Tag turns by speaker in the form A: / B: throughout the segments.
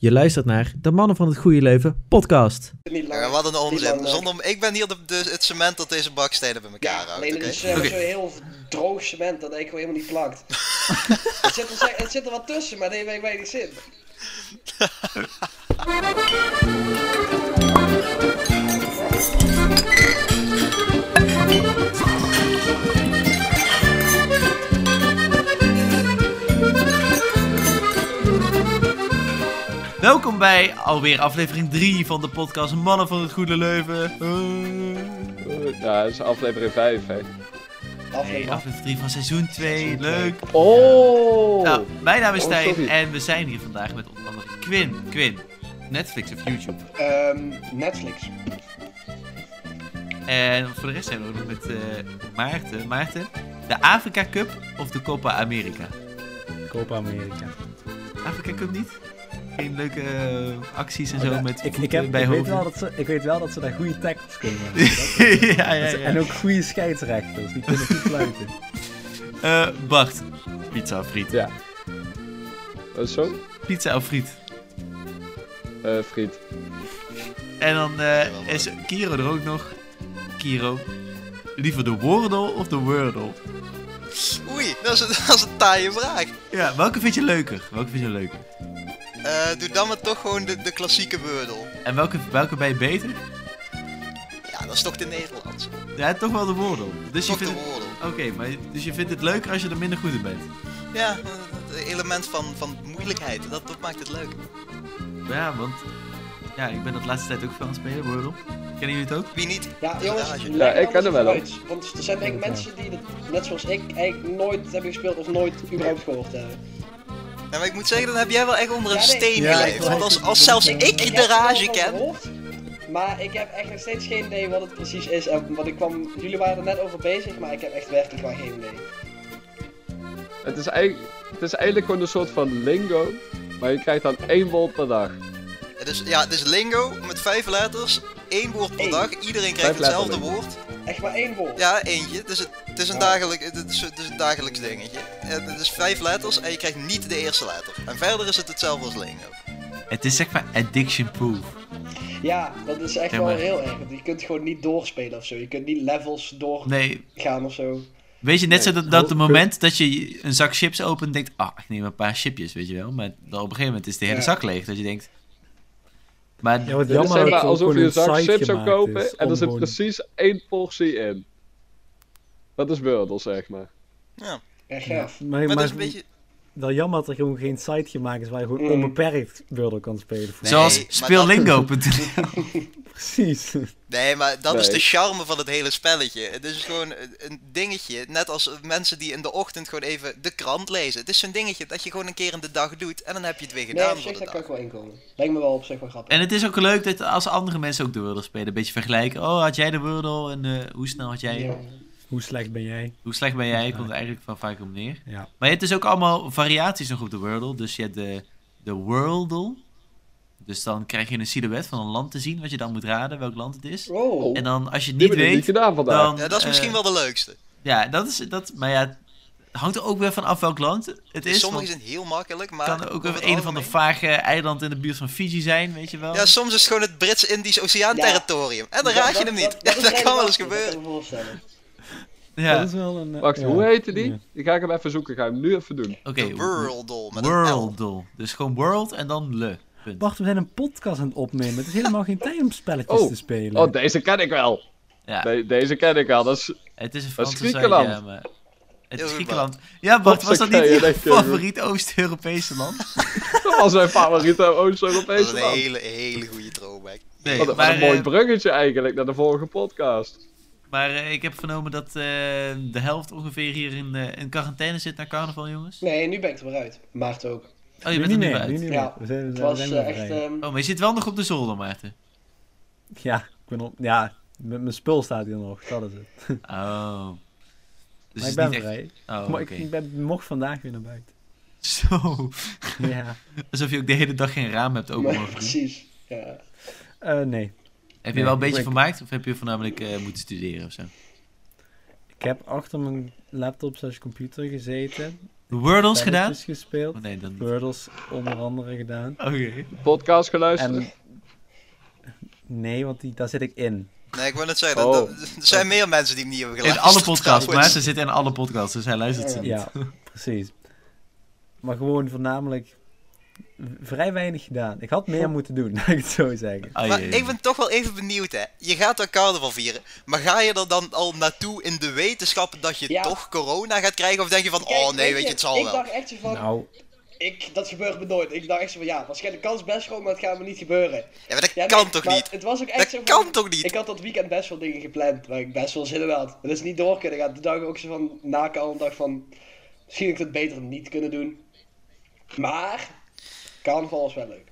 A: Je luistert naar de Mannen van het Goede Leven podcast.
B: niet langer.
C: Ja, wat een
B: lang,
C: onzin.
B: eh.
C: Zonder, ik ben hier de, de- het cement dat deze bakstenen bij elkaar
B: Ja,
C: houdt.
B: alleen het
C: oké?
B: is eh, zo'n heel droog cement dat eigenlijk gewoon helemaal niet plakt. het, zit er, zeg- het zit er wat tussen, maar nee, weet weinig zin.
D: Welkom bij alweer aflevering 3 van de podcast Mannen van het Goede Leuven. Eh.
E: Eh, Nou, dat is aflevering 5, hè.
D: Hey,
B: Aflevering af.
D: aflevering 3 van seizoen 2, leuk.
E: Oh!
D: Nou, mijn naam is
E: Oh,
D: Stijn
E: sorry.
D: en we zijn hier vandaag met onder andere Quinn. Quinn, Netflix of YouTube.
B: Ehm, Netflix.
D: En voor de rest zijn we ook nog met eh, Maarten. Maarten, de Afrika Cup of de Copa America?
F: Copa America.
D: Afrika Cup niet? Geen leuke eh, acties en zo
F: Oh, Ja,
D: met
F: ik, ik,
D: voeten
F: heb,
D: bij
F: ik, weet
D: hoofden?
F: wel dat ze, ik weet wel dat ze daar goede tackles kunnen maken. Dat-
D: ja, ja, ja.
F: En ook goede scheidsrechters, die kunnen goed fluiten.
D: Eh, Bart, pizza of friet?
E: Ja. Wat is zo?
D: Pizza of friet?
E: Eh, friet.
D: En dan eh, is Kiro er ook nog. Kiro. Liever de Wordle of de Wordle?
C: Oei, dat is, een, dat is een taaie vraag.
D: Ja, welke vind je leuker? Welke vind je leuker?
C: Eh, doe dan maar toch gewoon de, de klassieke wordel.
D: En welke, welke ben je beter?
C: Ja, dat is toch de Nederlands.
D: Ja, toch wel de Wordle. Dus je
C: Toch de
D: vindt het...
C: wordel.
D: Oké, maar dus je vindt het leuker als je er minder goed in bent?
C: Ja, het element van, van moeilijkheid, dat, dat maakt het leuk.
D: Ja, want... Ja, ik ben dat laatste tijd ook veel aan het spelen, Wordle. Kennen jullie het ook?
C: Wie niet?
B: Ja, jongens,
C: Ja,
B: leg
E: ik ken hem wel,
B: anders uit, Want er zijn denk ik mensen die, dat, net zoals ik, eigenlijk nooit hebben gespeeld of nooit überhaupt gehoord hebben.
C: Ja, maar ik moet zeggen, dan heb jij wel echt onder een
B: Ja, nee.
C: steen
F: Ja, ik
C: geleefd.
F: wil
C: Want als,
F: even-
C: als zelfs
F: ik
C: ik
B: heb
C: de
B: er wel
C: rage
B: van
C: ken...
B: gehoord, Maar ik heb echt nog steeds geen idee wat het precies is. En, want ik kwam, jullie waren er net over bezig, maar ik heb echt werkelijk waar geen idee.
E: Het is, eigenlijk, het is eigenlijk gewoon een soort van lingo, maar je krijgt dan één woord per dag.
C: Het is, ja, het is lingo met vijf letters, één woord per
B: Eén.
C: dag. Iedereen
E: Vijf
C: krijgt hetzelfde
E: letterlijk.
C: woord.
B: Echt maar één woord.
C: Ja, eentje. Dus het, het, is een dagelijk, het, is, het is een dagelijks dingetje. Het het is vijf letters en je krijgt niet de eerste letter. En verder is het hetzelfde als lingo.
D: Het is zeg maar addiction proof.
B: Ja, dat is echt
D: Ja,
B: wel
D: maar-
B: heel erg. Want je kunt gewoon niet doorspelen of zo. Je kunt niet levels doorgaan
D: Nee,
B: of zo.
D: weet je, net
E: Nee,
D: zo dat, dat
E: oh,
D: het moment dat je een zak chips opent, denkt... Ah, ik neem een paar chipjes, weet je wel. Maar dan op een gegeven moment is de hele
B: Ja.
D: zak leeg, dat je denkt... Maar
F: Ja, wat
E: Het is
F: jammer
E: zeg
F: dat
E: maar
F: ze ook
E: alsof
F: gewoon
E: je
F: een
E: een zak
F: site
E: chips zou
F: gemaakt is
E: kopen en
F: om
E: er zit
F: gewoon-
E: precies één portie in. Dat is beurdel, zeg maar.
B: Ja, gaaf.
F: Maar,
C: Maar
F: maar
C: dat is een beetje...
F: wel jammer dat er gewoon geen site gemaakt is waar je gewoon
B: Mm.
F: onbeperkt Wordle kan spelen.
C: Nee,
D: Zoals
C: maar dat-
D: speellingo.nl.
F: Precies.
C: Nee, maar dat is
E: Nee.
C: de charme van het hele spelletje. Het is gewoon een- een dingetje. Net als mensen die in de ochtend gewoon even de krant lezen. Het is zo'n dingetje dat je gewoon een keer in de dag doet en dan heb je het weer
B: Nee,
C: gedaan.
B: op
C: voor
B: zich,
C: de
B: daar
C: dag.
B: kan ik wel inkomen. Lijkt me wel op zich wel grappig.
D: En het is ook leuk dat als andere mensen ook de Wordle spelen, een beetje vergelijken. Oh, had jij de Wordle en eh, hoe snel had jij,
B: Ja.
F: Hoe slecht ben jij?
D: hoe slecht ben jij? Komt er eigenlijk van vaak om neer.
F: Ja.
D: Maar je hebt dus ook allemaal variaties nog op de Wordle. Dus je hebt de, de Wordle. Dus dan krijg je een silhouet van een land te zien, wat je dan moet raden welk land het is.
B: Oh,
D: En dan als je het niet
E: Die hebben we niet
D: weet,
E: gedaan vandaag.
D: dan...
C: Ja, dat is misschien
D: eh,
C: wel de leukste.
D: Ja, dat is... Dat, maar ja, het hangt er ook weer van af welk land het is.
C: Dus Sommige
D: want
C: zijn heel makkelijk, maar...
D: het kan ook
C: over
D: een
C: het
D: een van de
C: algemeen-
D: vage eiland in de buurt van Fiji zijn, weet je wel.
C: Ja, soms is het gewoon het Brits-Indisch Oceaan-territorium. En dan
B: Ja,
C: raad
B: dat-
C: je hem niet.
B: dat
C: Dat,
B: is
C: kan wel
B: relevant,
C: eens
B: Dat
C: gebeuren.
B: kan ik me voorstellen.
D: Ja.
F: Dat is wel een... eh,
E: Wacht,
F: ja.
E: hoe heette die?
F: Ja.
E: Die ga ik hem even zoeken. Ga ik hem nu even doen.
D: Oké,
C: De Worldle. Met een L.
D: Worldle. Dus gewoon world en dan le. Punt.
F: Wacht, we zijn een podcast aan het opnemen. Het is helemaal geen tijd om spelletjes
E: Oh.
F: te spelen.
E: Oh, deze ken ik wel.
D: Ja,
E: De- deze ken ik al. Dat is
D: het is een
E: dat
D: Franse
E: is
D: site,
E: Griekenland.
D: ja, maar- Het
C: Heel
D: is
C: goed,
D: Griekenland. Ja, Bart, was dat
E: Hopsakee,
D: niet je
E: denk ik even.
D: favoriet Oost-Europese land?
E: Dat was mijn favoriete
C: Dat is
E: Oost-Europese
C: een
E: land.
C: hele, hele goede throwback.
D: Nee,
E: Wat, een- wat
D: maar,
E: een mooi
D: eh,
E: bruggetje eigenlijk naar de vorige podcast.
D: maar eh, ik heb vernomen dat eh, de helft ongeveer hier in, eh, in quarantaine zit naar carnaval, jongens.
B: Nee, nu ben ik er weer uit. Maart ook.
D: Oh, je
F: nu
D: bent er
F: niet
D: nu
F: meer,
D: uit.
F: nu niet meer.
B: Ja,
F: We zijn, we
B: Het
F: zijn- we
B: was
F: zijn
B: eh,
F: weer
B: echt...
F: vrij.
B: ehm,
D: Oh, maar je zit wel nog op de zolder, Maarten.
F: Ja, ik ben op, ja, met mijn spul staat hier nog, dat is het.
D: Oh. Dus
F: maar ik
D: het
F: ben
D: is niet echt...
F: vrij.
D: Oh,
F: maar
D: oké.
F: ik, ik ben, mocht vandaag weer naar buiten.
D: Zo.
F: Ja,
D: Alsof je ook de hele dag geen raam hebt open.
B: nee,
D: mogen doen.
B: precies. Ja.
F: Eh, nee.
D: Heb je
F: Nee,
D: wel een
F: ik-
D: beetje
F: ik-
D: vermaakt? Of heb je voornamelijk eh, moeten studeren of zo?
F: Ik heb achter mijn laptop slash computer gezeten
D: Wordles gedaan?
F: spelletjes gespeeld.
D: Oh, nee, dan niet.
F: Wordles onder andere gedaan.
D: Oké.
E: Podcast geluisterd.
F: En... Nee, want die, daar zit ik in.
C: Nee, ik wou net zeggen, dat-
E: Oh.
C: dat- er zijn meer mensen die hem niet hebben
D: In
C: geluisterd.
D: alle podcasts,
C: trouwens.
D: maar ze zitten in alle podcasts, dus hij luistert ze niet.
F: Ja, precies. Maar gewoon voornamelijk v- vrij weinig gedaan. Ik had meer moeten doen, laat ik het zo zeggen.
D: Ah,
C: Maar
D: jee.
C: ik ben toch wel even benieuwd, hè. Je gaat dan carnaval vieren, maar ga je er dan al naartoe in de wetenschap dat je
B: Ja.
C: toch corona gaat krijgen? Of denk je van,
B: Kijk,
C: oh nee, weet je, het zal
B: ik
C: wel.
B: dacht echt zo van,
F: Nou,
B: ik, dat gebeurt me nooit. Ik dacht echt zo van, ja, waarschijnlijk de kans best groot, maar het gaat me niet gebeuren.
C: Ja, maar dat
B: Ja,
C: kan
B: nee,
C: toch
B: maar
C: niet?
B: Het was ook echt
C: Dat
B: zo van,
C: kan toch niet?
B: Ik had dat weekend best wel dingen gepland, waar ik best wel zin in had. En dat is niet door kunnen gaan. Toen dacht ik ook zo van, na een dag van, misschien had ik het beter niet kunnen doen. Maar, carnaval is wel leuk.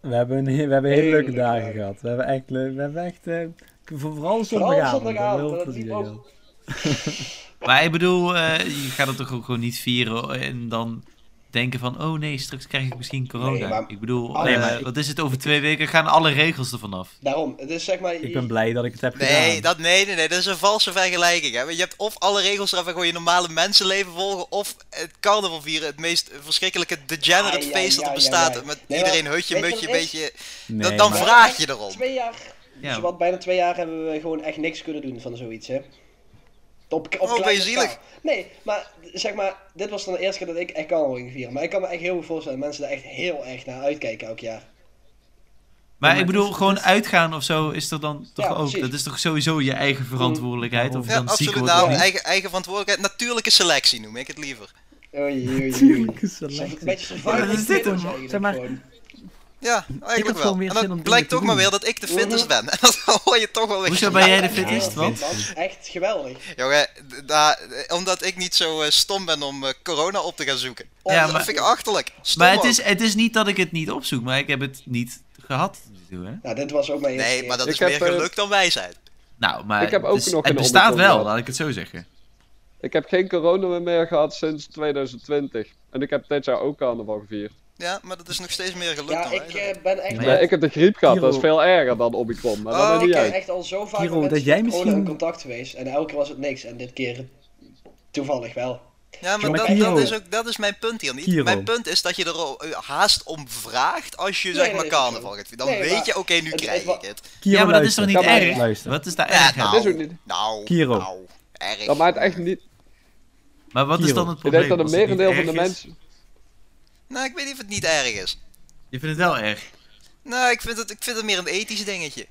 F: we hebben, een, he- we hebben hele
B: Hele
F: leuke
B: leuke
F: dagen
B: dagen.
F: gehad. We hebben echt, le- we hebben echt eh, k- vooral
B: Vooral
F: zondagavond.
B: zondagavond,
F: heel
B: dat liep
F: plezier
B: ook
F: gehad.
D: Maar ik bedoel, eh, je gaat het toch ook gewoon niet vieren oh, en dan denken van, oh nee, straks krijg ik misschien corona.
B: Nee, maar-
D: ik bedoel,
B: Oh,
D: nee,
B: ja.
D: maar wat is het over twee weken? Gaan alle regels er vanaf?
B: Daarom, het is zeg maar...
F: Ik ben blij dat ik het heb
C: Nee,
F: gedaan.
C: dat, nee, nee, nee, dat is een valse vergelijking. Hè? Want Je hebt of alle regels eraf en gewoon je normale mensenleven volgen, of het carnaval vieren, het meest verschrikkelijke degenerate
B: Ai, ai,
C: feest dat er
B: ai,
C: bestaat.
B: ai, ai.
C: Met
B: Nee, maar
C: iedereen hutje,
B: weet je
C: mutje,
B: wat het is?
C: beetje.
F: Nee,
C: dat- dan
F: maar-
C: vra- vraag je erom.
B: Twee jaar,
D: Ja.
B: dus wat, bijna twee jaar hebben we gewoon echt niks kunnen doen van zoiets, hè. Op, op
C: Oh, ben je
B: kleine
C: zielig?
B: schaal. Nee, maar zeg maar, dit was dan de eerste keer dat ik echt carnaval ging vieren. Maar ik kan me echt heel goed voorstellen dat mensen daar echt heel erg naar uitkijken elk jaar.
D: Maar
F: Ja,
D: ik
F: maar
D: bedoel,
F: het is-
D: gewoon uitgaan of zo is er dan toch
B: Ja,
D: ook.
B: precies.
D: Dat is toch sowieso je
E: Mm.
D: eigen verantwoordelijkheid. Of je
C: Ja,
D: dan ziek
C: absoluut.
D: wordt of
C: Nou,
D: niet.
C: eigen, eigen verantwoordelijkheid. Natuurlijke selectie noem ik het liever.
B: Oei, oei, oei.
F: Natuurlijke
B: Zo'n
F: selectie.
B: beetje survival
D: Ja, dat is dit
B: instincts
D: hem.
B: eigenlijk
F: Zeg maar-
B: gewoon.
C: Ja, eigenlijk
F: gewoon
C: wel.
F: weer
C: En
F: zin om
C: dan
F: dingen
C: blijkt
F: te
C: toch maar
F: doen.
C: weer dat ik de fittest ben. En dat hoor je toch wel weer.
D: Hoezo ben jij de fittist?
B: Ja,
D: Want?
B: man, Echt geweldig.
C: Jongen, d- da- omdat ik niet zo eh, stom ben om eh, corona op te gaan zoeken. Oh,
D: Ja,
C: dat
D: maar-
C: vind ik achterlijk. Stom
D: Maar het
C: ook.
D: is, het is niet dat ik het niet opzoek, maar ik heb het niet gehad. tot nu toe, hè?
B: Nou, dit was ook mijn eerste
C: Nee, maar dat
E: Ik
C: is
E: heb,
C: meer
E: eh,
C: geluk dan wijsheid.
D: Nou, maar
E: Ik heb
D: het
E: ook
D: is-
E: nog
D: het
E: een
D: bestaat
E: onderkomen
D: wel,
E: gehad.
D: laat ik het zo zeggen.
E: Ik heb geen corona meer gehad sinds 2020. En ik heb dit jaar ook carnaval gevierd.
C: Ja, maar dat is nog steeds meer geluk
B: Ja,
C: dan
B: ik
C: wijsheid.
B: eh, ben echt...
E: Nee, ik heb de griep gehad, dat is
F: Hero.
E: veel erger dan Omicron. Maar dat
C: Oh,
E: maakt
B: ik
E: niet
B: ben
E: uit.
B: echt al zo vaak
F: Kiro,
B: met
F: dat
B: mensen
F: jij
B: met corona
F: misschien-
B: in contact geweest. En elke keer was het niks. En dit keer toevallig wel.
C: Ja, maar
F: Maar
C: dat,
F: Kiro-
C: dat, is ook, dat is mijn punt hier niet.
F: Kiro.
C: Mijn punt is dat je er al, eh, haast om vraagt als je
B: Nee,
C: zeg
B: dat
C: maar
B: is ook zo.
C: carnaval gaat. Dan
B: Nee,
C: weet
B: maar
C: je, oké, nu
B: het-
C: krijg
B: het
C: ik het.
F: Kiro,
D: ja, maar dat is toch
F: luister.
D: niet
E: Kan maar
D: erg?
F: luisteren.
D: Wat is daar
C: Ja,
D: erg aan?
C: nou,
E: is ook niet-
C: Nou,
F: Kiro.
C: nou, erg.
E: Dat maakt echt niet...
D: Maar wat is
F: Kiro,
D: dan het
E: Ik
D: probleem?
E: denk dat een
D: Als het niet
E: merendeel
D: erg
E: van de
D: is-
E: mensen...
C: Nou, ik weet niet of het niet erg is.
D: Je vindt het wel erg.
C: Nou, ik vind het, ik vind het meer een ethisch dingetje.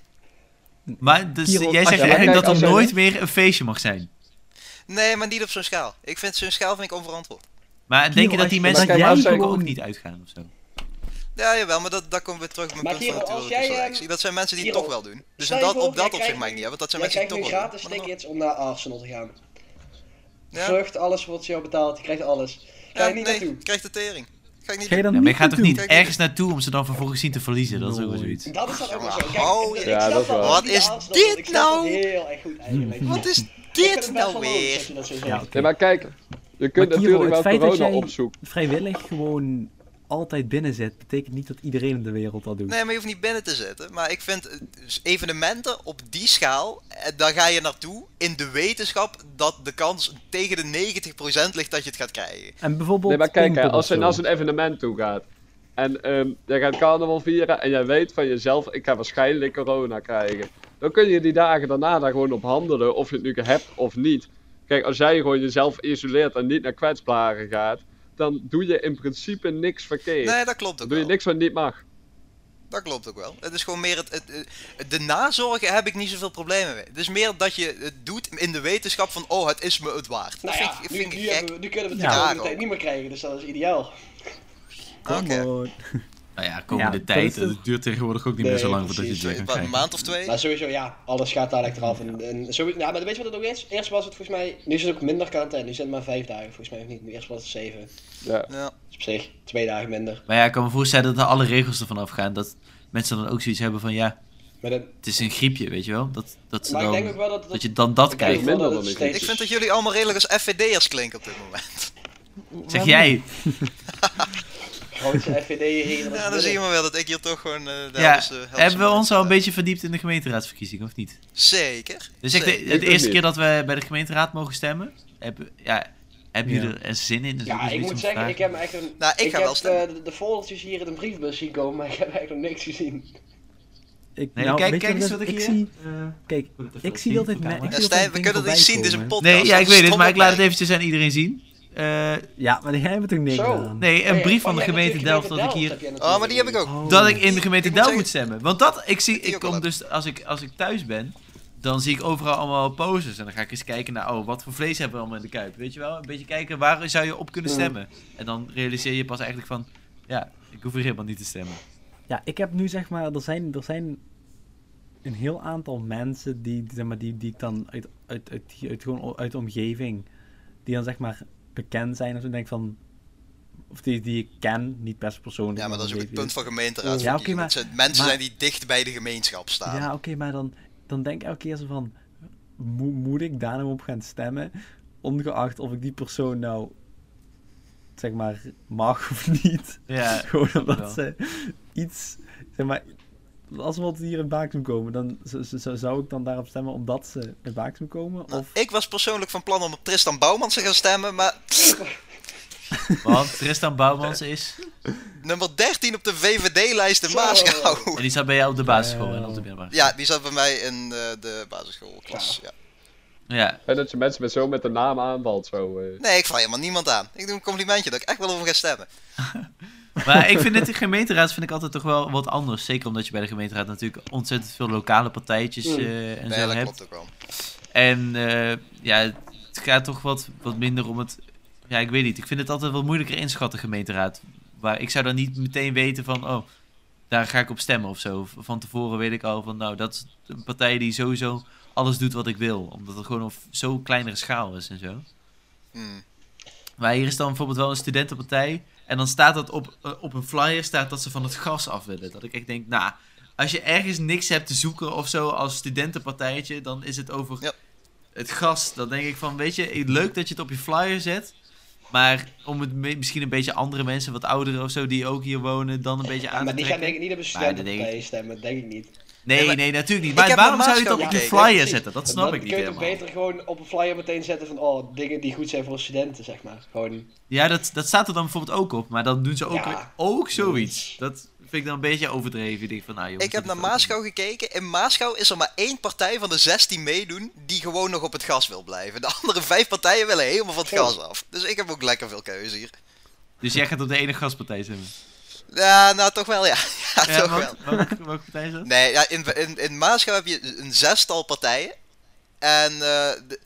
D: Maar dus,
F: Kiro,
D: jij
F: als
D: zegt
E: je-
D: eigenlijk
E: kijk,
D: dat er
E: als je-
D: nooit meer een feestje mag zijn.
C: Nee, maar niet op zo'n schaal. Ik vind zo'n schaal vind ik onverantwoord.
D: Maar denk je dat
F: als
D: die
F: je-
D: mensen
E: Maar
D: die
E: kijk, als
D: eigenlijk
E: jij-
D: ook niet uitgaan of zo?
C: Ja, jawel, maar dat, daar komen we terug op mijn
B: Maar
C: punt van
B: Kiro, als
C: natuurlijke
B: jij,
C: selectie.
B: ehm,
C: Dat zijn mensen die het
B: Kiro,
C: toch wel doen. Dus
B: stel
C: in
B: je
C: dat,
B: voor,
C: op
B: jij
C: dat opzicht
B: krijgt
C: maakt
B: nu-
C: niet uit, want dat zijn
B: Jij
C: mensen die
B: krijgt
C: het
B: nu
C: toch wel doen.
B: gratis
C: Maar dan
B: tickets om naar Arsenal te gaan.
C: nog. Ja.
B: Vlucht, alles wordt jou betaald. Je krijgt alles. Ga
C: Ja,
B: je niet
C: nee,
B: naartoe.
C: krijg de tering. Ga ik niet
F: Ga je
D: Ja,
C: doen.
F: dan
D: maar je
F: niet
D: gaat toch
F: naartoe?
D: niet
C: Kijk,
D: ergens naartoe om ze dan vervolgens zien te verliezen? Dat is ook wel
F: Nooit.
D: zoiets.
B: Dat is dan ook wel zo. Kijk,
C: Oh,
B: ik-
E: ja,
B: ik
E: dat
B: snap
E: is waar.
B: dat
C: Wat
B: die
C: is
B: Arsenal,
C: dit
B: ik snap dat
C: nou?
B: heel erg goed eigenlijk.
C: Wat is
B: Ik vind
C: dit
B: het best
C: nou
B: wel logisch als je
C: weer?
B: dat zo
F: Ja,
B: zegt.
F: oké.
E: Nee, maar kijk. Je kunt
F: Kiro,
E: natuurlijk
F: het
E: wel
F: feit dat
E: corona
F: jij-
E: opzoeken.
F: Vrijwillig gewoon altijd binnen zit, betekent niet dat iedereen in de wereld dat doet.
C: Nee, maar je hoeft niet binnen te zitten. Maar ik vind eh, evenementen op die schaal, eh, daar ga je naartoe in de wetenschap dat de kans tegen de 90% ligt dat je het gaat krijgen.
F: En bijvoorbeeld.
E: Nee, maar kijk, hè,
F: Pinkpop
E: als je
F: of
E: naar
F: zo.
E: zo'n evenement toe gaat. En ehm, jij gaat carnaval vieren en jij weet van jezelf, ik ga waarschijnlijk corona krijgen. Dan kun je die dagen daarna daar gewoon op handelen of je het nu hebt of niet. Kijk, als jij gewoon jezelf isoleert en niet naar kwetsbaren gaat, dan doe je in principe niks verkeerd.
C: Nee, dat klopt
E: dan
C: ook
E: doe je
C: wel.
E: niks wat niet mag.
C: Dat klopt ook wel. Het is gewoon meer het, het, eh, de nazorgen heb ik niet zoveel problemen mee. Het is meer dat je het doet in de wetenschap van oh, het is me het waard. Dat
B: Nou
C: vind,
B: ja,
C: ik-
B: nu,
C: vind
B: nu,
C: ik gek.
B: hebben we, nu kunnen we het
F: Ja.
B: de komende
C: Daarom.
B: tijd niet meer krijgen, dus dat is ideaal.
C: Oké.
F: Gewoon-
D: Nou ja, komende
F: Ja,
D: tijd.
F: dat is-
D: Het duurt tegenwoordig ook niet meer
B: Nee,
D: zo lang voordat je het
B: precies.
D: weer kan
C: Wat, een
D: krijgen.
C: maand of twee?
B: Maar sowieso, ja, alles gaat dadelijk eraf. En, en sowieso, nou, maar weet je wat het ook is? Eerst was het volgens mij, nu is het ook minder quarantaine. Nu zijn het maar vijf dagen, volgens mij of niet. Nu eerst was het zeven.
E: Ja.
C: Ja.
B: Dus op zich, twee dagen minder.
D: Maar ja, ik kan me voorstellen dat er alle regels ervan afgaan. Dat mensen dan ook zoiets hebben van ja,
B: Maar, dat-
D: het is een griepje, weet je wel? Dat, dat, ze
B: maar ik
D: dan,
B: denk ook wel dat...
D: dat je dan dat
B: ik denk ook
D: krijgt.
B: wel
E: Minder
B: dat het
E: dan ik.
B: steeds-
C: Ik vind dat jullie allemaal redelijk als FVD'ers klinken op dit moment.
D: Zeg jij.
B: grootste FVD hier.
C: Ja, dan zie je maar wel dat ik hier toch gewoon... eh, de
D: Ja,
C: helft, eh, helft
D: hebben we
C: van
D: ons al een
C: mijn-
D: beetje verdiept in de gemeenteraadsverkiezing, of niet?
C: Zeker.
D: Dus echt de,
C: Zeker.
D: de
E: Ik ook
D: eerste
E: niet.
D: keer dat we bij de gemeenteraad mogen stemmen, heb, ja, Hebben jullie
F: Ja.
D: er zin in? Dat is ook
B: Ja,
D: iets
B: ik
D: om
B: moet
D: te
B: zeggen, ik
D: vragen.
B: heb echt een...
C: Nou, ik ga wel
B: heb
C: stemmen.
B: eh, de, de foldertjes hier in de briefbus zien komen, maar ik heb eigenlijk nog niks gezien.
F: Ik, nou,
D: Nee, kijk-
F: weet je
D: kijk eens
F: het
D: Nou, wat ik
F: is?
D: hier- Eh.
F: zie, Kijk,
D: wil het even
F: ik
D: laten
F: zie
D: zien
F: dat het...
D: voor de
F: Nee,
D: camera.
C: Ja, Stijn, we kunnen het niet zien, dit is een podcast.
D: Nee, ja, ik
C: Dat is
D: weet het, maar ik laat het
C: stom.
D: eventjes aan iedereen zien. Eh,
F: Ja, maar jij hebt er niks
B: Zo.
F: aan.
D: nee, een
B: Nee,
D: brief
B: oh,
D: van de
B: jij hebt
D: gemeente Delft
B: natuurlijk
D: dat ik
B: heb
D: hier...
B: jij
C: Oh,
B: natuurlijk
C: maar die heb ik ook.
F: Oh.
D: Dat ik in de gemeente
C: Ik moet
D: Delft moet
C: zeggen-
D: stemmen. Want dat, ik, zie,
C: Die
D: ik
C: ook al
D: kom
C: heb.
D: dus, als ik, als ik thuis ben, dan zie ik overal allemaal posters. En dan ga ik eens kijken naar, oh, wat voor vlees hebben we allemaal in de kuip. Weet je wel, een beetje kijken, waar zou je op kunnen
B: Ja.
D: stemmen? En dan realiseer je pas eigenlijk van, ja, ik hoef hier helemaal niet te stemmen.
F: Ja, ik heb nu zeg maar, er zijn, er zijn een heel aantal mensen die, zeg maar, die, die ik dan uit, uit, uit, uit, gewoon uit de omgeving, die dan zeg maar bekend zijn of zo, denk van, of die, die ik ken, niet best persoonlijk.
C: Ja, maar dat is ook
F: dan
C: het
F: weet
C: punt
F: wie
C: van gemeenteraad.
F: Ja, oké, maar-
C: mensen
F: maar-
C: zijn die dicht bij de gemeenschap
F: het-
C: staan.
F: Ja, oké, maar dan, dan denk ik elke keer zo van, mo- moet ik daar nou op gaan stemmen, ongeacht of ik die persoon nou, zeg maar, mag of niet.
D: Ja,
F: Gewoon
D: wel.
F: omdat ze iets, zeg maar, als we wat hier in Baaksum komen, dan z- z- z- zou ik dan daarop stemmen omdat ze in Baaksum komen?
C: Nou,
F: Of,
C: Ik was persoonlijk van plan om op Tristan Bouwmans te gaan stemmen, maar
D: Want Tristan Bouwmans is...
C: nummer 13 op de VVD-lijst in
B: Zo.
D: En
C: Maasgouw.
D: die staat bij jou op de basisschool en op de middelbare.
C: Ja, die zat bij mij in eh, de basisschoolklas. Ja.
D: Ja,
E: En dat je mensen met zo met de naam aanvalt, zo. eh.
C: Nee, ik val helemaal niemand aan. Ik doe een complimentje dat ik echt wel over ga stemmen.
D: Maar ik vind het in gemeenteraad vind ik altijd toch wel wat anders. Zeker omdat je bij de gemeenteraad natuurlijk ontzettend veel lokale partijtjes
B: Mm.
D: eh, en
C: Nee,
D: zo
C: dat
D: hebt.
C: klopt ook wel.
D: En eh, ja, het gaat toch wat, wat minder om het. Ja, ik weet niet. Ik vind het altijd wat moeilijker inschatten, gemeenteraad. Waar ik zou dan niet meteen weten van, oh, daar ga ik op stemmen of zo. V- Van tevoren weet ik al van, nou, dat is een partij die sowieso alles doet wat ik wil. Omdat het gewoon op zo'n kleinere schaal is en zo.
C: Hm.
D: Maar hier is dan bijvoorbeeld wel een studentenpartij. En dan staat dat op, eh, op een flyer staat dat ze van het gas af willen. Dat ik echt denk, nou, als je ergens niks hebt te zoeken of zo als studentenpartijtje, dan is het over
C: Ja.
D: het gas. Dan denk ik van, weet je, eh, leuk dat je het op je flyer zet. Maar om het me- misschien een beetje andere mensen, wat ouderen of zo, die ook hier wonen, dan een beetje aan
B: maar
D: te
B: die gaan denk
D: trekken.
B: ik niet op een
D: Maar dat denk ik-
B: studentenpartij stemmen, denk ik niet.
D: Nee,
C: Nee,
D: nee,
C: maar-
D: natuurlijk niet.
C: Ik
D: Maar
C: heb
D: waarom
C: naar
D: zou je het dan op
C: Maatschappij
D: je
C: gekeken.
D: flyer zetten? Dat snap
B: Dan
D: ik niet
B: kun je toch
D: helemaal.
B: beter gewoon op een flyer meteen zetten van, oh, dingen die goed zijn voor studenten, zeg maar. Gewoon,
D: Ja, dat, dat staat er dan bijvoorbeeld ook op. Maar dan doen ze ook,
B: Ja.
D: ook zoiets. Dat vind ik dan een beetje overdreven. Ik, denk van, nou, jongens,
C: Ik heb
D: dit is
C: naar
D: ook niet.
C: Maasgouw gekeken. In Maasgouw is er maar één partij van de 16 meedoen die gewoon nog op het gas wil blijven. De andere vijf partijen willen helemaal van het gas af. Dus ik heb ook lekker veel keuze hier.
D: Dus jij gaat op de enige gastpartij stemmen?
C: Ja, nou toch wel, ja. Ja, toch wel.
D: welk- welk- welke partij is dat?
C: Nee, ja, in, in, in Maasgouw heb je een zestal partijen. En eh, de-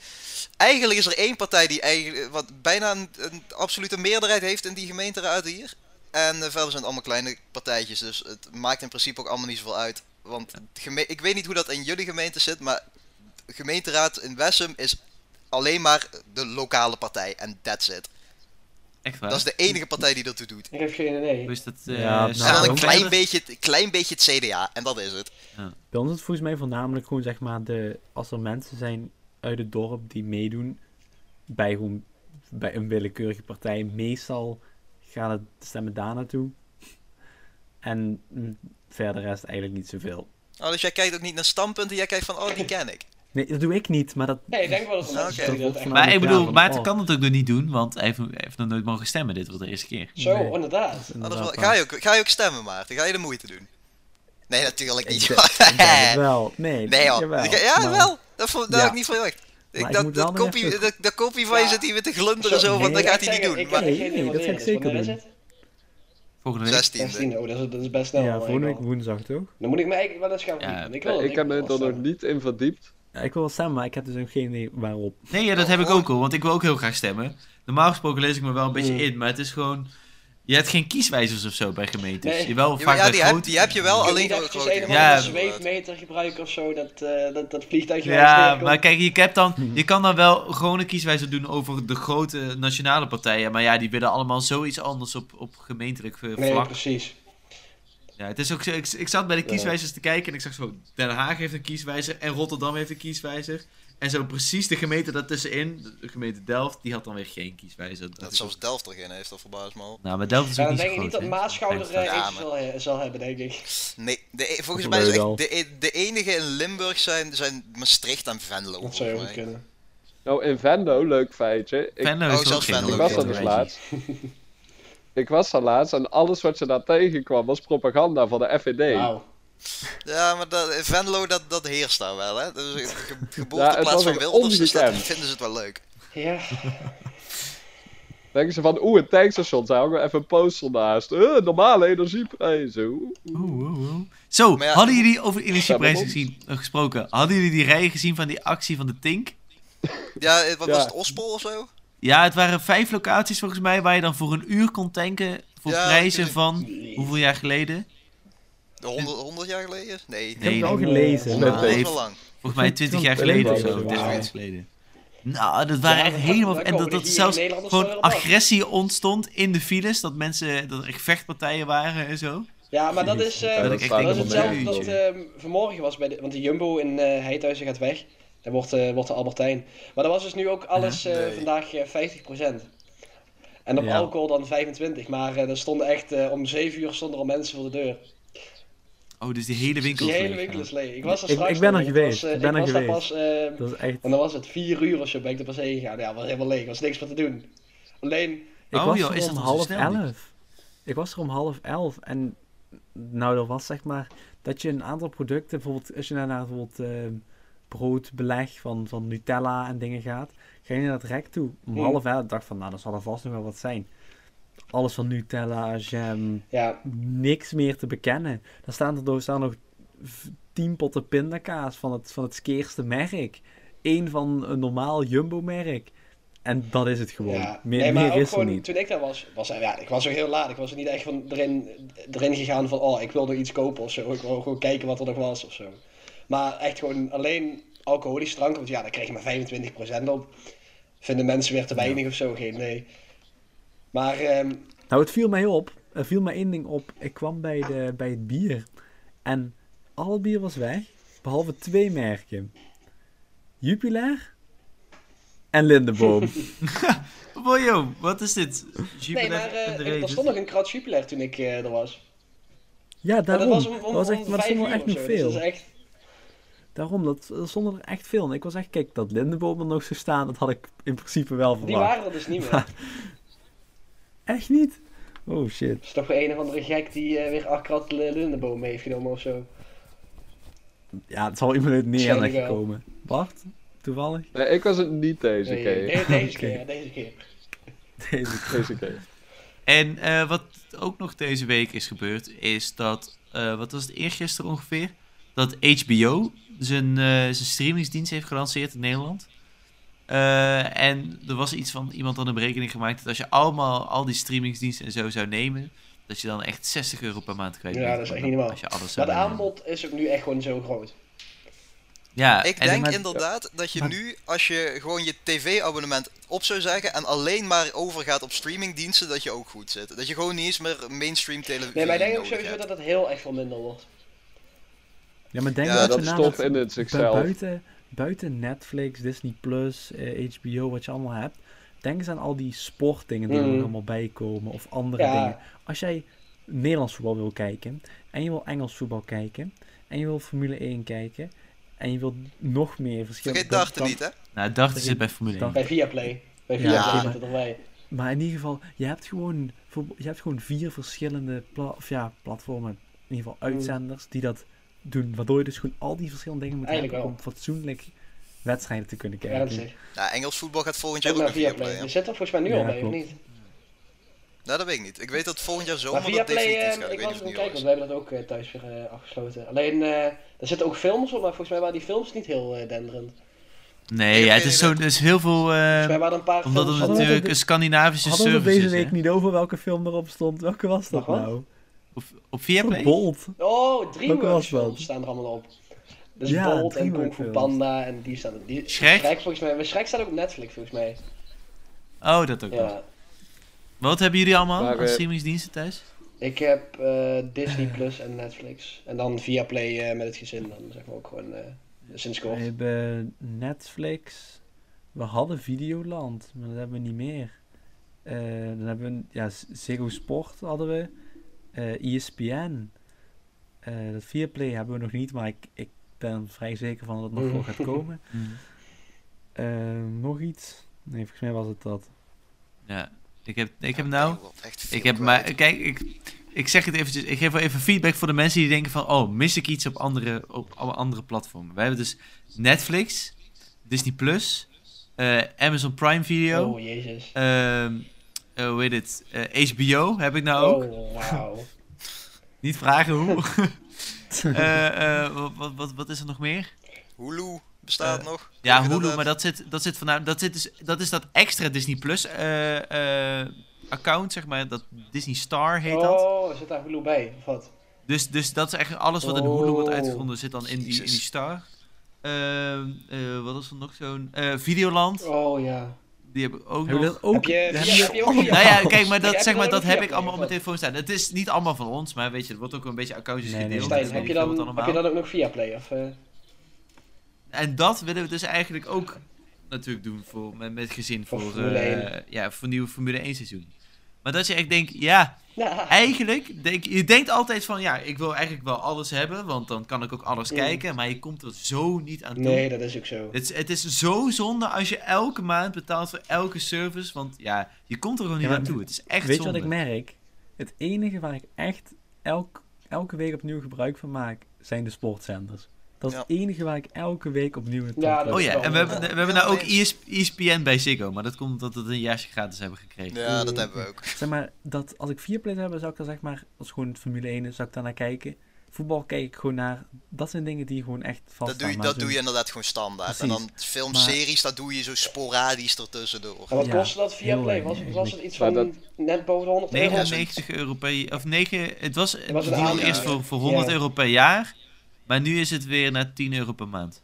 C: eigenlijk is er één partij die eigenlijk, wat bijna een, een absolute meerderheid heeft in die gemeenteraad hier. En eh, verder zijn het allemaal kleine partijtjes, dus het maakt in principe ook allemaal niet zoveel uit. Want het geme- ik weet niet hoe dat in jullie gemeente zit, maar de gemeenteraad in Wessem is alleen maar de lokale partij. En that's it.
D: Echt waar?
C: Dat is de enige partij die dat toe doet.
B: ik heb geen idee.
D: Hoe is dat? eh,
F: Ja,
D: zo
C: en dan
F: Nou,
C: een
F: ook
C: klein
D: verder?
C: beetje, het- klein beetje het CDA, en dat is het.
F: Bij ons is het volgens mij voornamelijk gewoon zeg maar, de, als er mensen zijn uit het dorp die meedoen bij, gewoon, bij een willekeurige partij, meestal gaan het stemmen daar naartoe. En mm, verder is het eigenlijk niet zoveel.
C: Oh, dus jij kijkt ook niet naar standpunten, jij kijkt van, oh, die ken ik.
F: Nee, dat doe ik niet, maar dat...
B: Nee, ik denk wel dat
D: Ah,
B: er
C: Oké.
B: mensen zijn die dat echt...
D: Maar ik bedoel,
F: Ja,
D: Maarten
F: oh.
D: kan het ook nog niet doen, want hij heeft, hij heeft nog nooit mogen stemmen. Dit was de eerste keer.
B: Zo,
F: Nee.
B: inderdaad.
C: Ah, dat is
F: Inderdaad,
C: wel- ga, je ook, ga je ook stemmen, Maarten? Ga je de moeite doen? Nee, natuurlijk niet.
F: Ik
C: joh.
F: denk het wel. Nee,
C: nee, joh.
F: jawel,
C: ja,
F: maar-
C: wel. Dat, vo- dat
F: Ja.
C: had ik niet verwacht. Ik,
F: Maar ik
C: dat,
F: moet
C: dat,
F: wel nog
C: kopie,
F: even-
C: dat, dat kopie van je
B: Ja.
C: zit hier weer te glunderen zo,
F: Zo,
C: want dat
F: nee,
C: gaat hij niet
B: zeggen,
C: doen.
B: Ik heb
C: Maar
B: geen idee
F: Nee,
B: wat
F: dat ga
B: dit
F: ik
B: is.
F: zeker
B: Wanneer is
F: doen.
B: het?
D: Volgende week.
C: 16e.
B: 16e, oh, dat is, dat is best snel.
F: ja,
B: hoor,
F: volgende week
B: eigenlijk al.
F: woensdag toch?
B: Dan moet ik me eigenlijk wel eens gaan verdiepen. ik, wil dat-
E: ik heb me
B: wil
E: er
B: wel
E: nog
B: stemmen.
E: niet in verdiept.
F: Ja, ik wil wel stemmen, maar ik heb dus nog geen idee waarop.
D: Nee, ja, dat heb ik ook al, want ik wil ook heel graag stemmen. Normaal gesproken lees ik me wel een beetje in, maar het is gewoon... Je hebt geen kieswijzers of zo bij gemeentes.
B: Nee.
D: Je wel
C: Ja,
D: vaak
C: maar ja,
D: bij
C: die heb,
D: grote-
C: die heb je wel,
B: Ik
C: alleen
B: dacht,
C: door
B: het
C: het
B: is
C: grote
B: een of
D: Ja.
B: andere
C: gemeente.
B: zweefmeter gebruiken of zo, dat, eh, dat, dat vliegtuigje waar het
D: Ja,
B: neerkomt.
D: maar kijk, je, hebt dan, je kan dan wel gewoon een kieswijze doen over de grote nationale partijen. Maar ja, die willen allemaal zoiets anders op, op gemeentelijk eh,
B: Nee,
D: vlak.
B: precies.
D: Ja, het is ook zo, ik, ik zat bij de kieswijzers te kijken en ik zag zo, Den Haag heeft een kieswijzer en Rotterdam heeft een kieswijzer. En zo precies de gemeente daartussenin, de gemeente Delft, die had dan weer geen kieswijzer.
C: Dat zelfs Delft erin heeft, dat verbaast me al.
D: Nou, maar Delft is
B: Ja,
D: ook
B: dan
D: niet zo
B: denk ik niet
D: groot,
B: dat
D: hè.
B: Maasschouder
D: Klein
B: eh,
D: stad.
C: Ja,
B: iets zal, eh, zal hebben, denk ik.
C: Nee, de, e- volgens
F: is
C: mij is
F: leuk
C: echt
F: al.
C: de, e- de enige in Limburg zijn, zijn Maastricht en Venlo.
B: Dat
C: volgens
B: zou heel
C: mij.
B: goed kunnen.
E: Nou, in Venlo, leuk feitje. Ik,
D: Venlo
C: Oh,
D: is er ook
C: zelfs
D: geen
C: Venlo.
E: ik
C: leuk
E: was
C: feitje.
E: daar dus laatst. ik was daar laatst en alles wat je daar tegenkwam was propaganda van de FVD.
B: Wauw.
C: Ja, maar dat, Venlo, dat, dat heerst daar wel, hè? Dat is een ge-
E: het was
C: geboorteplaats van
E: ook
C: Wilders, dus dat
E: ongekend.
C: vinden ze het wel leuk.
B: Ja.
E: Denken ze van, oeh, het tankstation, daar hangen we even een poster naast. Eh, normale energieprijzen. oeh.
D: Oeh, oeh, oeh. Zo,
C: Maar ja,
D: hadden jullie over energieprijzen
E: Stemmen
D: gezien, eh, gesproken? Hadden jullie die rijen gezien van die actie van de Tink?
C: Ja, eh, wat
E: Ja.
C: was het, Ospol of zo?
D: Ja, het waren vijf locaties volgens mij waar je dan voor een uur kon tanken voor
C: Ja,
D: prijzen
C: ik-
D: van hoeveel jaar geleden?
C: De 100, 100 jaar geleden? Nee,
F: Ik heb
D: Nee,
F: het al
D: nee,
F: gelezen.
C: 100 dat is
D: nee.
C: wel lang.
D: volgens mij twintig jaar
F: Trump-
D: geleden of
E: Trump-
D: zo.
F: Trump-
D: 30 jaar
B: Wauw.
D: geleden. Nou, dat waren
B: Ja,
D: echt
B: dat-
D: helemaal...
B: dat
D: En dat,
B: komen
D: dat
B: die
D: zelfs
B: hier in Nederland
D: gewoon
B: allemaal.
D: agressie ontstond in de files. Dat mensen... Dat er echt vechtpartijen waren en zo.
B: Ja, maar dat is, eh,
E: Ja,
D: dat
B: dat
D: ik
E: slaat
D: denk
B: is
E: helemaal
B: hetzelfde
E: nergens
B: dat
E: op.
B: ehm, vanmorgen was bij de, want de Jumbo in eh Heithuizen gaat weg. Daar wordt, eh, wordt de Albertijn. Maar dat was dus nu ook alles eh,
C: Nee.
B: vandaag eh, 50%. En op
F: Ja.
B: alcohol dan 25. Maar eh, er stonden echt eh, om 7 uur stonden al mensen voor de deur.
D: Oh, dus die hele winkel
B: Die
D: is
B: hele
D: leeg, ja.
B: winkel is leeg. Ik was er
F: Ik-
B: straks
F: ik ben
B: nog,
F: er
B: want
F: geweest.
B: was, eh,
F: Ik ben er
B: was
F: geweest.
B: Daar pas, eh,
F: Dat is echt...
B: en dan was het 4 uur of zo ben ik er pas heen gegaan. Ja, was helemaal leeg. Er was niks meer te doen. Alleen,
F: Ik
D: Oh,
F: was
D: joh,
F: er
D: is
F: om
D: dat al zo
F: half
D: snel niet?
F: elf. Ik was er om half elf en nou, dat was zeg maar dat je een aantal producten, bijvoorbeeld als je naar, naar bijvoorbeeld ehm, broodbeleg van, van Nutella en dingen gaat, ga je naar het rek toe. Om
B: Hmm.
F: half elf dacht van, nou, dat zal er vast nog wel wat zijn. Alles van Nutella, jam,
B: ja,
F: niks meer te bekennen. Dan staan er, er staan nog v- tien potten pindakaas van het, van het skeerste merk. Eén van een normaal Jumbo-merk. En dat is het gewoon.
B: Ja,
F: Meer,
B: nee, maar
F: meer
B: ook
F: is er
B: gewoon
F: niet.
B: toen ik daar was, was er- ja, ik was ook heel laat. Ik was er niet echt van erin, erin gegaan van, oh, ik wil nog iets kopen of zo. Ik wil gewoon kijken wat er nog was of zo. Maar echt gewoon alleen alcoholische drank, want ja, dan kreeg je maar 25% op. Vinden mensen weer te weinig of zo, geen nee. Maar ehm,
F: Nou, het viel mij op. Er viel mij één ding op. Ik kwam bij, de, bij het bier. En al het bier was weg. Behalve twee merken. Jupiler en Lindenboom.
D: Wow, joh, wat is dit?
B: nee,
D: Jupiler
B: maar eh,
D: underrated.
B: er stond nog een krat Jupiler toen ik eh, er was.
F: ja,
B: Maar
F: daarom.
B: dat was om, om,
F: echt,
B: om
F: maar dat
B: vijf
F: stond
B: uur
F: er echt
B: of
F: nog
B: zo.
F: veel.
B: Dus dat is echt,
F: Daarom, dat, er stonden er echt veel. En ik was echt, kijk, dat Lindenboom er nog zou staan, dat had ik in principe wel
B: die
F: verwacht.
B: waren er dus niet meer.
F: Echt niet? Oh shit.
B: Het is toch weer een of andere gek die eh, weer acht krat Lindenboom mee heeft genomen of zo.
F: Ja, het zal iemand uit Nederland
B: Waarschijnlijk wel.
F: gekomen. Bart, toevallig?
E: Nee, ik was het niet deze
B: Nee,
E: keer.
B: nee, deze
F: Oké.
B: keer, deze keer.
F: Deze
E: Deze keer.
D: En eh, wat ook nog deze week is gebeurd, is dat, eh, wat was het eergisteren ongeveer? Dat HBO zijn, eh, zijn streamingsdienst heeft gelanceerd in Nederland. Eh, en er was iets van iemand had een berekening gemaakt dat als je allemaal al die streamingsdiensten en zo zou nemen, dat je dan echt 60 euro per maand kwijt
B: Ja,
D: bent.
B: dat is echt niet normaal.
D: Als je alles
B: Maar
D: zou
B: het
D: nemen.
B: aanbod is ook nu echt gewoon zo groot.
D: Ja,
C: Ik
D: en-
C: denk
D: maar-
C: inderdaad dat je
F: maar-
C: nu, als je gewoon je tv-abonnement op zou zeggen en alleen maar overgaat op streamingdiensten, dat je ook goed zit. Dat je gewoon niet eens meer mainstream televisie
B: Nee, maar ik denk ook
C: nodig
B: sowieso
C: hebt.
B: dat het heel echt veel minder wordt.
F: Ja, maar denk
C: Ja,
F: dat,
E: dat
F: je na
E: stopt
F: dat-
E: in het
F: bu-
E: zichzelf.
F: Buiten, buiten Netflix, Disney+, Plus, eh, HBO, wat je allemaal hebt. Denk eens aan al die sportdingen die er
B: Mm.
F: nog allemaal bij komen. Of andere
B: Ja.
F: dingen. Als jij Nederlands voetbal wil kijken. En je wil Engels voetbal kijken. En je wil Formule 1 kijken. En je wilt nog meer verschillende...
C: Vergeet
F: dan-
C: darten
F: dan-
C: niet, hè?
D: Nou, dacht is het bij Formule 1.
F: Dacht-
B: Bij Viaplay. Bij
F: Ja,
B: Viaplay
C: maar-
B: zit het erbij.
F: Maar in ieder geval, je hebt gewoon, voor- je hebt gewoon vier verschillende pla of ja, platformen, in ieder
B: Mm.
F: geval uitzenders, die dat doen. Waardoor je dus gewoon al die verschillende dingen moet
B: Eigenlijk
F: hebben om fatsoenlijk wedstrijden te kunnen
B: Ja, dat is
F: kijken.
B: echt.
C: Nou, Engels voetbal gaat volgend jaar
B: Ook
C: ook
B: naar
C: naar
B: Viaplay.
C: Viaplay. hè?
B: Je zit er volgens mij nu
F: Ja,
B: al bij, of
F: klopt.
B: niet?
C: Nou, dat weet ik niet. Ik weet dat volgend jaar
B: Maar
C: zomer dat
B: Viaplay,
C: definitief
B: eh,
C: gaat. Ik
B: ik
C: weet
B: was
C: niet
B: er
C: of
B: aan het
C: het
B: kijken,
C: nu al
B: want
C: is.
B: wij hebben dat ook eh, thuis weer eh, afgesloten. Alleen, eh er zitten ook films op, maar volgens mij waren die films niet heel eh, denderend. Volgens
D: Nee, ja, het is, zo,
C: Oké,
D: er is heel veel... eh,
B: mij waren er een paar
D: omdat
B: films
D: het
F: Hadden we
D: natuurlijk
F: dat-
D: een Scandinavische
F: Hadden we het
D: service
F: er deze
D: is, hè?
F: week niet over welke film erop stond? Welke was dat
B: Wat?
F: nou?
D: Op, op Viaplay?
F: Bolt.
B: Oh,
F: Welke was
B: DreamWorks
F: dat?
B: films staan er allemaal op. Dus
F: Ja,
B: Bolt en Kung
F: DreamWorks
B: Fu
F: films.
B: Panda en die staan er. Die,
D: Shrek?
B: volgens mij. Maar Shrek staat ook op Netflix volgens mij.
D: Oh, dat ook nog.
B: Ja.
D: Wat hebben jullie allemaal
E: Maar,
D: aan
E: eh,
D: streamingsdiensten thuis?
B: Ik heb eh, Disney Plus en Netflix. En dan via Play met het gezin. Dan zeg maar ook gewoon eh, sinds
F: We
B: kort.
F: hebben Netflix. We hadden Videoland, maar dat hebben we niet meer. Eh, dan hebben we ja, Z- Ziggo Sport hadden we. Eh ESPN. Eh dat Mhm.
B: Mm.
F: Viaplay hebben we nog niet, maar ik, ik ben vrij zeker van dat het nog wel gaat komen. Eh, nog iets? Nee, volgens mij was het dat.
D: Ja. Ik heb, ik heb nou...
C: Wat echt veel
D: Ik heb
C: kwijt.
D: maar, kijk, ik, ik zeg het eventjes, ik geef wel even feedback voor de mensen die denken van, oh, mis ik iets op andere, op alle andere platformen. Wij hebben dus Netflix, Disney+, Plus, eh, Amazon Prime Video,
B: Oh, jezus.
D: ehm, eh, hoe heet het, eh, HBO heb ik nou ook.
B: Oh, wauw.
D: Niet vragen hoe. Eh, eh, wat- wat, wat, wat is er nog meer?
C: Hulu bestaat
D: Eh,
C: nog.
D: Ja,
C: Weet je
D: Hulu,
C: eh,
D: maar dat zit, dat zit voornamelijk, dat, zit dus, dat is dat extra Disney Plus eh, eh, account, zeg maar, dat Disney Star heet dat.
B: Oh, zit daar Hulu bij, of wat?
D: Dus, dus dat is eigenlijk alles wat in Hulu wordt
B: Oh.
D: uitgevonden zit dan in die, in die
C: Jezus.
D: Star. Ehm, eh, wat is er nog zo'n? eh, Videoland,
B: Oh, ja.
D: die heb ik ook
F: Hebben we
D: nog.
F: dat Oh, ook?
B: Heb je,
F: Heb
B: via, heb je ook via?
D: Nou ja, kijk, maar
B: Heb
D: dat,
B: je
D: zeg maar,
B: dan
D: dat
B: ook
D: heb
B: via
D: ik allemaal op mijn
B: Play,
D: telefoon staan. Het is niet allemaal van ons, maar weet je, er wordt ook een beetje accountjes
F: Nee, nee.
D: gedeeld.
B: Stijn,
D: en
B: heb je,
D: weet ik veel
B: dan,
D: wat
B: heb je
D: allemaal.
B: dan ook nog via Play? Of, eh?
D: En dat willen we dus eigenlijk ook natuurlijk doen voor, met, met gezin
B: Voor
D: voor,
B: Formule
D: eh, ja, voor nieuwe Formule 1 seizoen. Maar dat je echt denkt, ja,
B: Ja.
D: eigenlijk, denk, je denkt altijd van ja, ik wil eigenlijk wel alles hebben, want dan kan ik ook alles
B: Mm.
D: kijken, maar je komt er zo niet aan toe.
B: Nee, dat is ook zo.
D: Het, is- het is zo zonde als je elke maand betaalt voor elke service, want ja, je komt er gewoon niet
F: Ja, maar
D: aan toe. Het is echt
F: Weet
D: zonde.
F: je wat ik merk? Het enige waar ik echt elk, elke week opnieuw gebruik van maak, zijn de sportzenders. Dat is
C: Ja.
F: het enige waar ik elke week opnieuw het
B: Ja,
D: Oh ja, en we hebben, we hebben nou ook
C: Ja,
D: ES ESPN bij Ziggo, maar dat komt omdat we het een jaartje gratis hebben gekregen.
C: Ja, dat hebben we ook.
F: Zeg maar, dat als ik vier plays heb, zou ik dan zeg maar, als gewoon het Formule 1 is, zou ik daar naar kijken. Voetbal kijk ik gewoon naar. Dat zijn dingen die gewoon echt vaststaan.
C: Dat doe, je,
F: maar
C: dat
F: zo'n-
C: doe je inderdaad gewoon standaard. En
F: Precies. Oh.
C: dan filmseries, dat doe je zo sporadisch ertussendoor.
B: En wat
F: Ja,
B: kostte dat via
F: heel
B: Play?
F: erg,
B: Was,
F: ja,
B: was
F: ik-
B: het iets
E: Maar
B: van net boven de 100 euro?
D: 99 euro per of 9, het was, het
B: was een
D: deal
B: aanbieding,
D: eerst
B: hè?
D: voor, voor 100
B: Ja.
D: euro per jaar, maar nu is het weer naar 10 euro per maand.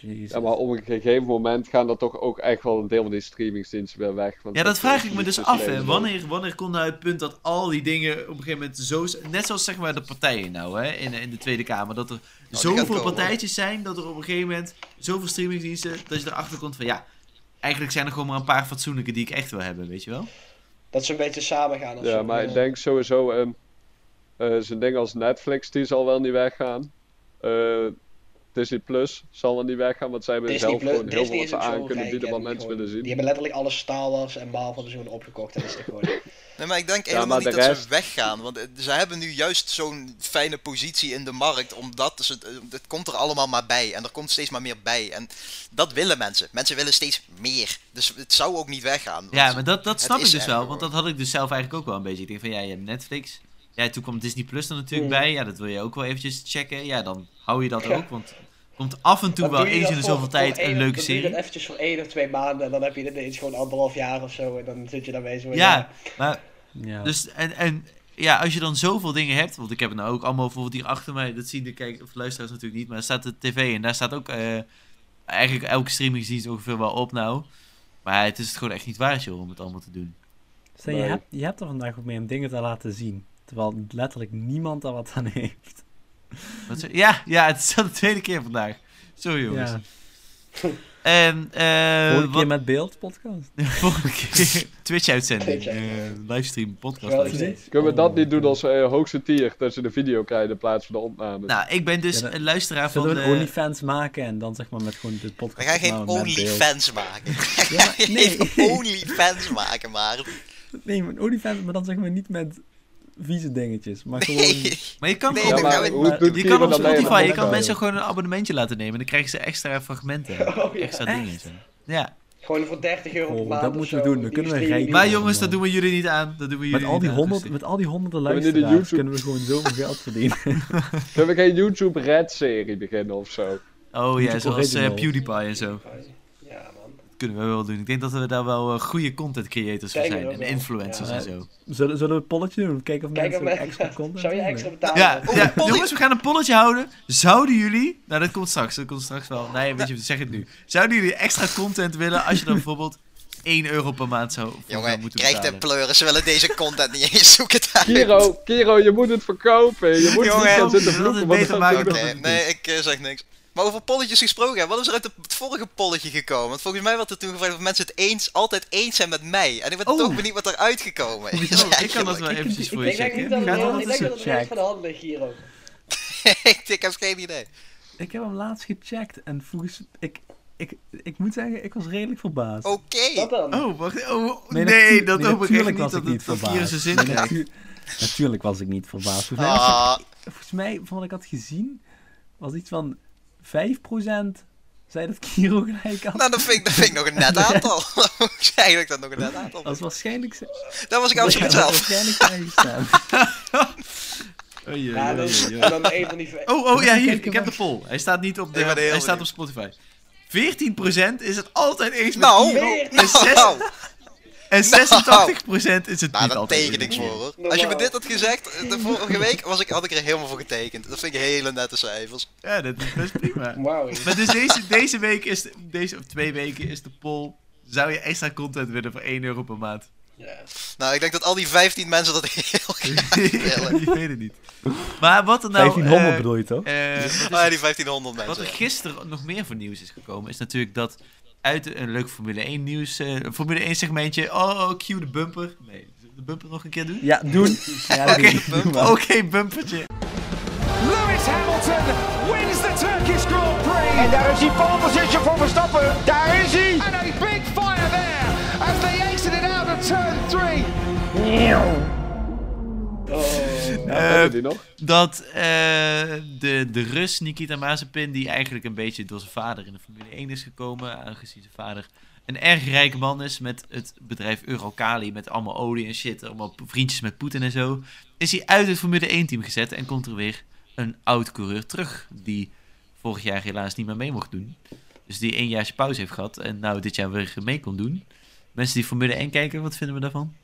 F: Jezus.
E: Ja, maar op een gegeven moment gaan er toch ook echt wel een deel van die streamingsdiensten weer weg. want
D: Ja, dat vraag ik me
E: niet
D: dus
E: meer
D: af. Hè.
E: leven.
D: Wanneer, wanneer komt nou het punt dat al die dingen op een gegeven moment zo... Net zoals zeg maar de partijen nou hè, in, in de Tweede Kamer.
B: Oh,
D: Dat er
C: die gaat
D: zoveel
C: komen.
D: partijtjes zijn dat er op een gegeven moment zoveel streamingsdiensten... Dat je erachter komt van ja, eigenlijk zijn er gewoon maar een paar fatsoenlijke die ik echt wil hebben, weet je wel?
B: Dat ze een beetje samen gaan of
E: Ja,
B: zo.
E: maar ik denk sowieso, ehm eh, zo'n ding als Netflix, die zal wel niet weggaan. Eh, Disney Plus zal wel niet weggaan, want zij hebben
B: Disney,
E: zelf
B: Plus,
E: gewoon heel
B: Disney
E: veel
B: is
E: wat
B: ook
E: ze
B: zo
E: aan kunnen
B: rijk
E: bieden
B: en
E: wat
B: die
E: mensen
B: gewoon-
E: willen zien.
B: Die hebben letterlijk alle Star Wars en Marvel hebben ze gewoon opgekocht. Dat is toch gewoon...
C: Nee, maar ik denk
E: maar
C: helemaal
E: de
C: niet dat
E: rest-
C: ze weggaan. Want eh, ze hebben nu juist zo'n fijne positie in de markt. Omdat ze, eh, het komt er allemaal maar bij. En er komt steeds maar meer bij. En dat willen mensen. Mensen willen steeds meer. Dus het zou ook niet weggaan. want-
D: Ja, maar dat, dat snap
C: is
D: ik dus
C: er
D: wel.
C: gewoon.
D: Want dat had ik dus zelf eigenlijk ook wel een beetje. Ik denk van ja, je hebt Netflix. Ja, toen kwam Disney Plus er natuurlijk
B: Mm.
D: bij. Ja, dat wil je ook wel eventjes checken. Ja, dan hou je dat
B: Ja.
D: ook. Want er komt af en toe
B: Dat
D: wel
B: doe je
D: eens
B: dan
D: in de
B: voor-
D: zoveel
B: voor
D: tijd
B: één-
D: een leuke
B: dat doe je
D: serie.
B: dan eventjes voor één of twee maanden en dan heb je dit eens gewoon anderhalf jaar of zo en dan zit je daarmee zo.
D: Ja, maar
F: Ja.
D: Dus en, en ja, als je dan zoveel dingen hebt, want ik heb het nou ook allemaal bijvoorbeeld hier achter mij, dat zien de kijk, of luisteraars natuurlijk niet, maar daar staat de tv en daar staat ook eh, eigenlijk elke streamingsdienst ongeveer wel op nou. Maar het is het gewoon echt niet waard joh, om het allemaal te doen.
F: Stel, je,
E: Nee.
F: hebt, je hebt er vandaag ook mee om dingen te laten zien. Terwijl letterlijk niemand daar wat aan heeft.
D: Wat ze- ja, ja, het is al de tweede keer vandaag. Sorry jongens.
F: Ja.
D: En, eh,
F: Volgende
D: wat-
F: keer met beeld podcast.
D: volgende keer Twitch-uitzending,
B: Twitch,
D: eh, livestream, podcast.
B: Geweldig.
E: Kunnen we dat niet
B: Oh.
E: doen als eh, hoogste tier, dat ze de video krijgen in plaats van de opnames?
D: Nou, ik ben dus
F: Ja, dan-
D: een luisteraar van eh,
F: Zullen we
D: de...
F: een OnlyFans maken en dan zeg maar met gewoon de podcast.
C: We gaan
F: maar
C: geen
F: met beeld.
C: OnlyFans maken.
F: Nou, Ja, maar- nee,
C: Even OnlyFans maken, maar.
F: nee, maar een OnlyFans, maar dan zeg maar niet met vieze dingetjes. Maar gewoon.
D: eh, Maar je kan
C: Nee,
D: gewoon...
C: dat
E: ja, maar
C: gaan we-
E: hoe
F: maar-
E: doet
D: Je
E: Kieran
D: kan op
E: dat bij een
D: Spotify, je
E: podcast?
D: kan mensen gewoon een abonnementje laten nemen. En dan krijgen ze extra fragmenten.
B: Oh, ja.
D: Extra
F: Echt?
D: dingen. en zo. Ja.
B: Gewoon voor 30 euro
F: Oh,
B: per
F: dat
B: maand. of
F: moeten we
B: zo,
F: doen, dan
B: die
F: kunnen we
B: streamen
F: rijk-
B: die-
D: Maar
F: Ja,
D: jongens, dat
F: man.
D: doen we jullie niet aan. Dat doen we jullie
F: Met al,
D: niet
F: die
D: aan, dus
F: honderd,
D: rustig.
F: met al die honderden
E: we niet de
F: luisteraars
E: YouTube-
F: kunnen we gewoon zoveel geld verdienen.
E: Kunnen we geen YouTube Red serie beginnen of zo?
D: Oh ja,
F: YouTube
D: zoals eh,
F: original.
D: PewDiePie en zo.
B: Ja, man.
D: Dat kunnen we wel doen. Ik denk dat we daar wel eh, goede content creators voor
B: Kijk, dat
D: zijn. En
B: wel.
D: influencers
F: Ja.
D: en zo.
F: Zullen, zullen we een polletje doen? Kijken of
B: Kijk,
F: mensen
B: maar-
F: extra content
B: zou je
F: hebben?
B: extra betalen?
D: Ja,
C: Oh,
D: ja
C: polletje.
D: jongens, we gaan een polletje houden. Zouden jullie... Nou, dat komt straks. Dat komt straks wel. Nee, weet je, zeg het nu. Zouden jullie extra content willen als je dan bijvoorbeeld 1 euro per maand zou, voor zou
C: Jongen,
D: moeten
C: krijg de
D: betalen?
C: pleuren. Ze willen deze content niet eens zoeken. daar.
E: Kiro, Kiro, je moet het verkopen. Je moet het niet
C: Jongen,
E: gaan zitten
D: we willen het
E: vloeken, want
D: beter
E: dat
D: maken
E: doet
C: Oké,
D: dan
E: het
D: het
E: niet.
C: nee, ik eh, zeg niks. Maar over polletjes gesproken, hè, wat is er uit het vorige polletje gekomen? Want volgens mij werd er toen gevraagd of mensen het eens, altijd eens zijn met mij. En ik ben
D: Oh.
C: toch benieuwd wat eruit gekomen is.
D: Oh, ik kan dat wel eventjes voor je
B: Ik denk
D: checken.
B: niet dat
F: Ja,
B: het
F: dat
B: heel-
F: is
B: ik denk
F: een
B: dat het heel
F: check.
B: van de hand ligt hier ook.
C: ik heb geen idee.
F: Ik heb hem laatst gecheckt en volgens ik, ik, ik moet zeggen, ik was redelijk verbaasd.
C: Oké.
B: Wat dan?
D: Oh, wacht. Oh, nee,
F: Nee, natu-
D: dat
F: nee,
D: hoop ik echt
F: natuurlijk
D: niet
F: was
D: dat
F: ik niet
D: het papier
F: verbaasd.
D: zijn zin
F: Nee,
D: krijgt.
F: natu- Natuurlijk was ik niet verbaasd. Volgens mij, was het-
C: Ah,
F: volgens mij, van wat ik had gezien, was iets van 5% zei dat Kiro gelijk had.
C: nou, dat vind, ik, dat vind ik nog een net aantal. Dat moet ik Eigenlijk dat nog een net aantal.
D: Oh.
F: Dat was waarschijnlijk ze-
C: Dat was ik absoluut
F: dat was
C: zelf.
F: waarschijnlijk zijn gestemd.
D: Oei, oei,
B: Ja, dat
D: oei,
B: is
D: oei.
B: en dan een van die... ve-
D: Oh, oh ja, hier.
F: Kijken
D: Ik heb de poll. Hij staat niet op, de,
C: Ik ben heel
D: hij staat op
C: benieuwd.
D: Spotify. 14% is het altijd eens met
C: Nou,
D: Kiro.
B: Veertien.
D: En, zes-
C: Nou,
D: en 86% is het
C: nou,
D: niet
C: daar
D: altijd
C: teken ik
D: eens met
C: voor
D: Kiro.
C: hoor. Als je me
B: Normaal.
C: dit had gezegd, eh, de vorige week was ik, had ik er helemaal voor getekend. Dat vind ik hele nette cijfers.
D: Ja, dat is best prima.
B: Wauw. joh.
D: Maar dus deze, deze week is, de- deze, of twee weken is de poll. Zou je extra content willen voor 1 euro per maand?
B: Ja.
C: Nou, ik denk dat al die 15 mensen dat heel graag willen.
D: ik weet het niet. Maar wat er nou...
F: 1500
D: eh,
F: bedoel je toch?
D: eh, wat is-
C: Ah, die 1500
D: Wat er
C: mensen.
D: gisteren nog meer voor nieuws is gekomen, is natuurlijk dat uit een leuk Formule 1 nieuws, eh, Formule 1 segmentje, oh, cue de bumper. Nee, zullen we de bumper nog een keer doen?
F: Ja, doen. Ja, dat
D: Oké,
F: doe ik. Doe maar.
C: Eh,
D: Oké, bumpertje.
G: Lewis Hamilton wins the Turkish Grand Prix. En daar is die pole position voor Verstappen. Daar is hij. And a big fire there as they exited out of turn three.
E: hebben die nog?
D: Dat eh, de, de Rus Nikita Mazepin, die eigenlijk een beetje door zijn vader in de Formule 1 is gekomen, aangezien zijn vader een erg rijke man is met het bedrijf Eurocali, met allemaal olie en shit, allemaal p- vriendjes met Poetin en zo, is hij uit het Formule 1 team gezet en komt er weer een oud coureur terug, die vorig jaar helaas niet meer mee mocht doen. Dus die één jaartje pauze heeft gehad en nou dit jaar weer mee kon doen. Mensen die Formule 1 kijken, wat vinden we daarvan?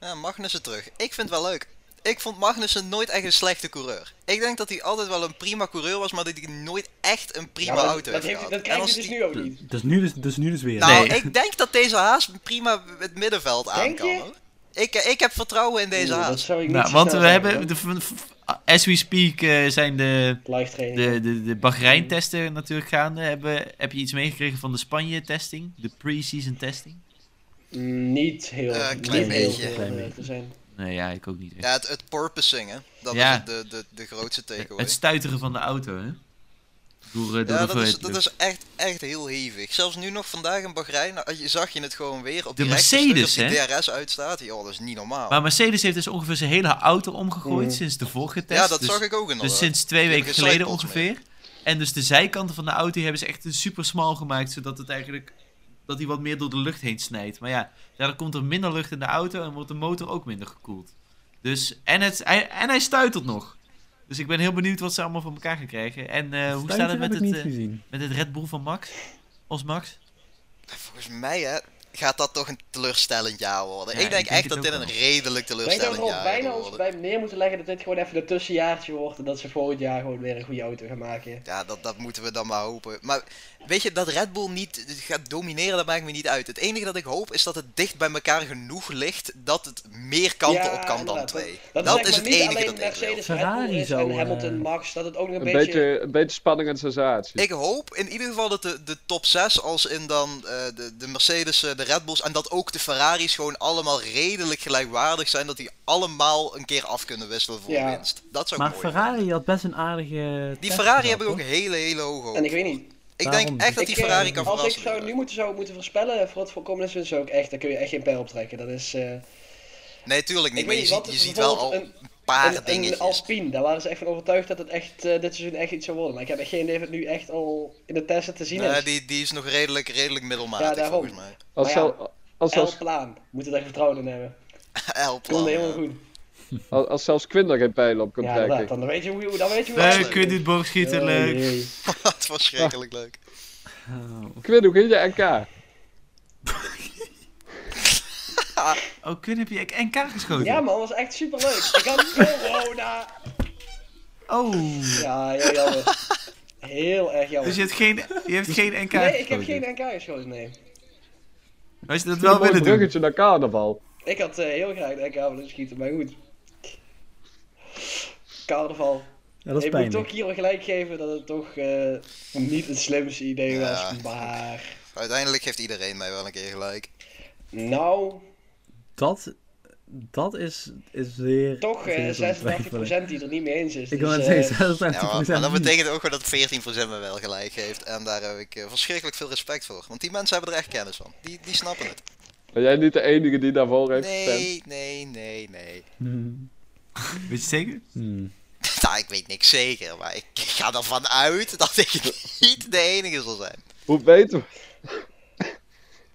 C: Ja, Magnussen terug. Ik vind het wel leuk. Ik vond Magnussen nooit echt een slechte coureur. Ik denk dat hij altijd wel een prima coureur was, maar dat hij nooit echt een
B: Ja,
C: prima
B: maar dat,
C: auto
B: dat,
C: heeft
B: heeft,
C: gehad.
B: dat
C: En
B: krijg
C: als
B: je dus
C: die-
B: nu ook niet.
F: Dus nu dus, dus nu dus weer.
C: Nou,
D: Nee.
C: ik denk dat deze haas prima het middenveld aan
B: Denk
C: kan.
B: je?
C: hoor. Ik, eh, ik heb vertrouwen in deze
B: Oeh, Dat
C: haas.
B: zou ik niet
D: Nou,
B: zo
D: want we
B: snel
D: hebben,
B: zeggen,
D: de, as we speak, eh, zijn de...
B: hoor. Live training.
D: De, de, de Bahrein-testen natuurlijk gaande. Hebben, heb je iets meegekregen van de Spanje-testing? De pre-season testing?
B: Mm, Niet heel.
C: Eh,
B: niet
C: klein
B: heel
C: beetje.
B: veel, eh, te zijn.
D: Nee, ja, ik ook niet. echt.
C: Ja, het, het porpoising, hè. Dat
D: Ja.
C: is het- de, de, de grootste
D: het,
C: takeaway.
D: het stuiteren van de auto, hè? Door, eh, door
C: Ja,
D: de
C: dat is,
D: vooruit-
C: dat is echt, echt heel hevig. Zelfs nu nog vandaag in Bahrein, nou, je zag je het gewoon weer op
D: De
C: die rechte stuk
D: Mercedes,
C: dat die
D: hè?
C: DRS uitstaat. Joh, dat is niet normaal.
D: Maar Mercedes heeft dus ongeveer zijn hele auto omgegooid
F: Mm.
D: sinds de vorige test.
C: ja, dat
D: dus,
C: zag ik ook inderdaad.
D: Dus sinds twee
C: Die
D: weken
C: hebben geen
D: geleden
C: sidepolls meer.
D: ongeveer. En dus de zijkanten van de auto die hebben ze echt super smal gemaakt, zodat het eigenlijk dat hij wat meer door de lucht heen snijdt. Maar ja, daardoor komt er minder lucht in de auto en wordt de motor ook minder gekoeld. Dus, en, het, hij, en hij stuitert nog. Dus ik ben heel benieuwd wat ze allemaal van elkaar gaan krijgen. En eh, hoe staat het met
F: heb
D: het,
F: ik niet
D: eh,
F: gezien.
D: met het Red Bull van Max? Ons Max?
C: Volgens mij hè, gaat dat toch een teleurstellend jaar worden.
D: Ja,
C: ik denk
D: ik denk
C: echt
D: het
C: dat
D: ook
C: dit een
D: wel.
C: redelijk
B: Wij zouden
C: teleurstellend
B: er al
C: jaar gaat
B: bijna ons
C: worden.
B: bij neer moeten leggen dat dit gewoon even een tussenjaartje wordt. En dat ze volgend jaar gewoon weer een goede auto gaan maken.
C: Ja, dat, dat moeten we dan maar hopen. Maar weet je, dat Red Bull niet gaat domineren, dat maakt me niet uit. Het enige dat ik hoop is dat het dicht bij elkaar genoeg ligt dat het meer kanten
B: Ja,
C: op kan dan
B: inderdaad.
C: twee.
B: Dat, dat
C: is
B: lijkt
C: het
B: me niet
C: enige
B: alleen
C: dat ik wil.
B: Mercedes, Red Bull
F: Ferrari
B: is
F: zou,
B: en Hamilton,
F: eh,
B: Max. Dat het ook nog
E: Een
B: een,
E: beetje, een beetje spanning en sensatie.
C: Ik hoop in ieder geval dat de, de top 6, als in dan eh, de, de Mercedes, eh, de Red Bulls en dat ook de Ferraris gewoon allemaal redelijk gelijkwaardig zijn. Dat die allemaal een keer af kunnen wisselen voor
B: Ja.
C: winst. Dat zou ik
F: Maar
C: mooi vinden.
F: Ferrari had best een aardige.
C: Die Ferrari heb ik ook hele, hele hoge hoop.
B: En ik weet niet.
C: Ik
F: Daarom-
C: denk echt dat die
B: ik,
C: Ferrari
B: eh,
C: kan
B: Als ik
C: verrassen.
B: zou nu moeten, zou moeten voorspellen voor het voor komende seizoen, zou ik echt, daar kun je echt geen pijl op trekken. Dat is... eh,
C: Nee, tuurlijk niet.
B: Ik
C: Maar
B: weet niet,
C: je ziet,
B: wat
C: je
B: is
C: ziet wel al
B: bijvoorbeeld
C: een paar
B: een- een
C: dingetjes.
B: Alpine, daar waren ze echt van overtuigd dat het echt, eh, dit seizoen echt iets zou worden. Maar ik heb echt geen idee of het nu echt al in de testen te zien
C: Nee,
B: is.
C: Eh, die, die is nog redelijk, redelijk
B: Ja,
C: middelmatig
B: daarom.
C: volgens mij.
E: Als
B: maar ja,
E: zelfs- als
B: El
E: zelfs-
B: Plaan, moet er echt vertrouwen in hebben.
C: Help.
B: Voelde helemaal
C: man.
B: goed.
E: als, als zelfs Quinn er geen pijl op kon
B: Ja,
E: trekken.
B: inderdaad, dan weet je hoe, hoe- dan weet je hoe
D: Nee,
B: het
D: ik weet niet, boogschieten,
B: Oh,
D: leuk.
B: jee.
C: Dat was schrikkelijk leuk.
E: Quinn, hoe ging je NK?
D: Oh, kun heb je NK geschoten?
B: Ja man, was echt superleuk. Ik had corona.
D: Oh,
B: Ja, heel jammer. Heel erg jammer.
D: dus je hebt geen, je hebt geen NK
B: Nee, ik heb
D: geschoten.
B: geen NK geschoten, nee.
D: Als je dat
E: Wel
D: wel
E: een mooi
D: willen doen.
E: bruggetje naar carnaval.
B: Ik had eh, heel graag een NK willen schieten, maar goed. Carnaval.
F: Ja, dat is
B: ik moet
F: pijnlijk.
B: toch hier wel gelijk geven dat het toch eh, niet het slimste idee was,
C: Ja.
B: maar...
C: Uiteindelijk geeft iedereen mij wel een keer gelijk.
B: Nou,
F: Dat, dat is, is weer...
B: Toch eh,
F: zeer te
B: 86% die er niet mee eens is.
F: Ik
B: dus,
F: wil net
B: eh,
F: zeggen,
C: Ja,
F: 86%
C: maar, maar dat
F: niet.
C: betekent ook gewoon dat 14% me wel gelijk heeft. En daar heb ik eh, verschrikkelijk veel respect voor. Want die mensen hebben er echt kennis van. Die, die snappen het.
E: Ben jij niet de enige die daarvoor heeft gestemd?
C: Nee, nee, nee, nee.
F: Hmm.
D: Weet je zeker?
F: Hmm.
C: Nou, ik weet niks zeker, maar ik ga ervan uit dat ik niet de enige zal zijn.
E: Hoe weet we?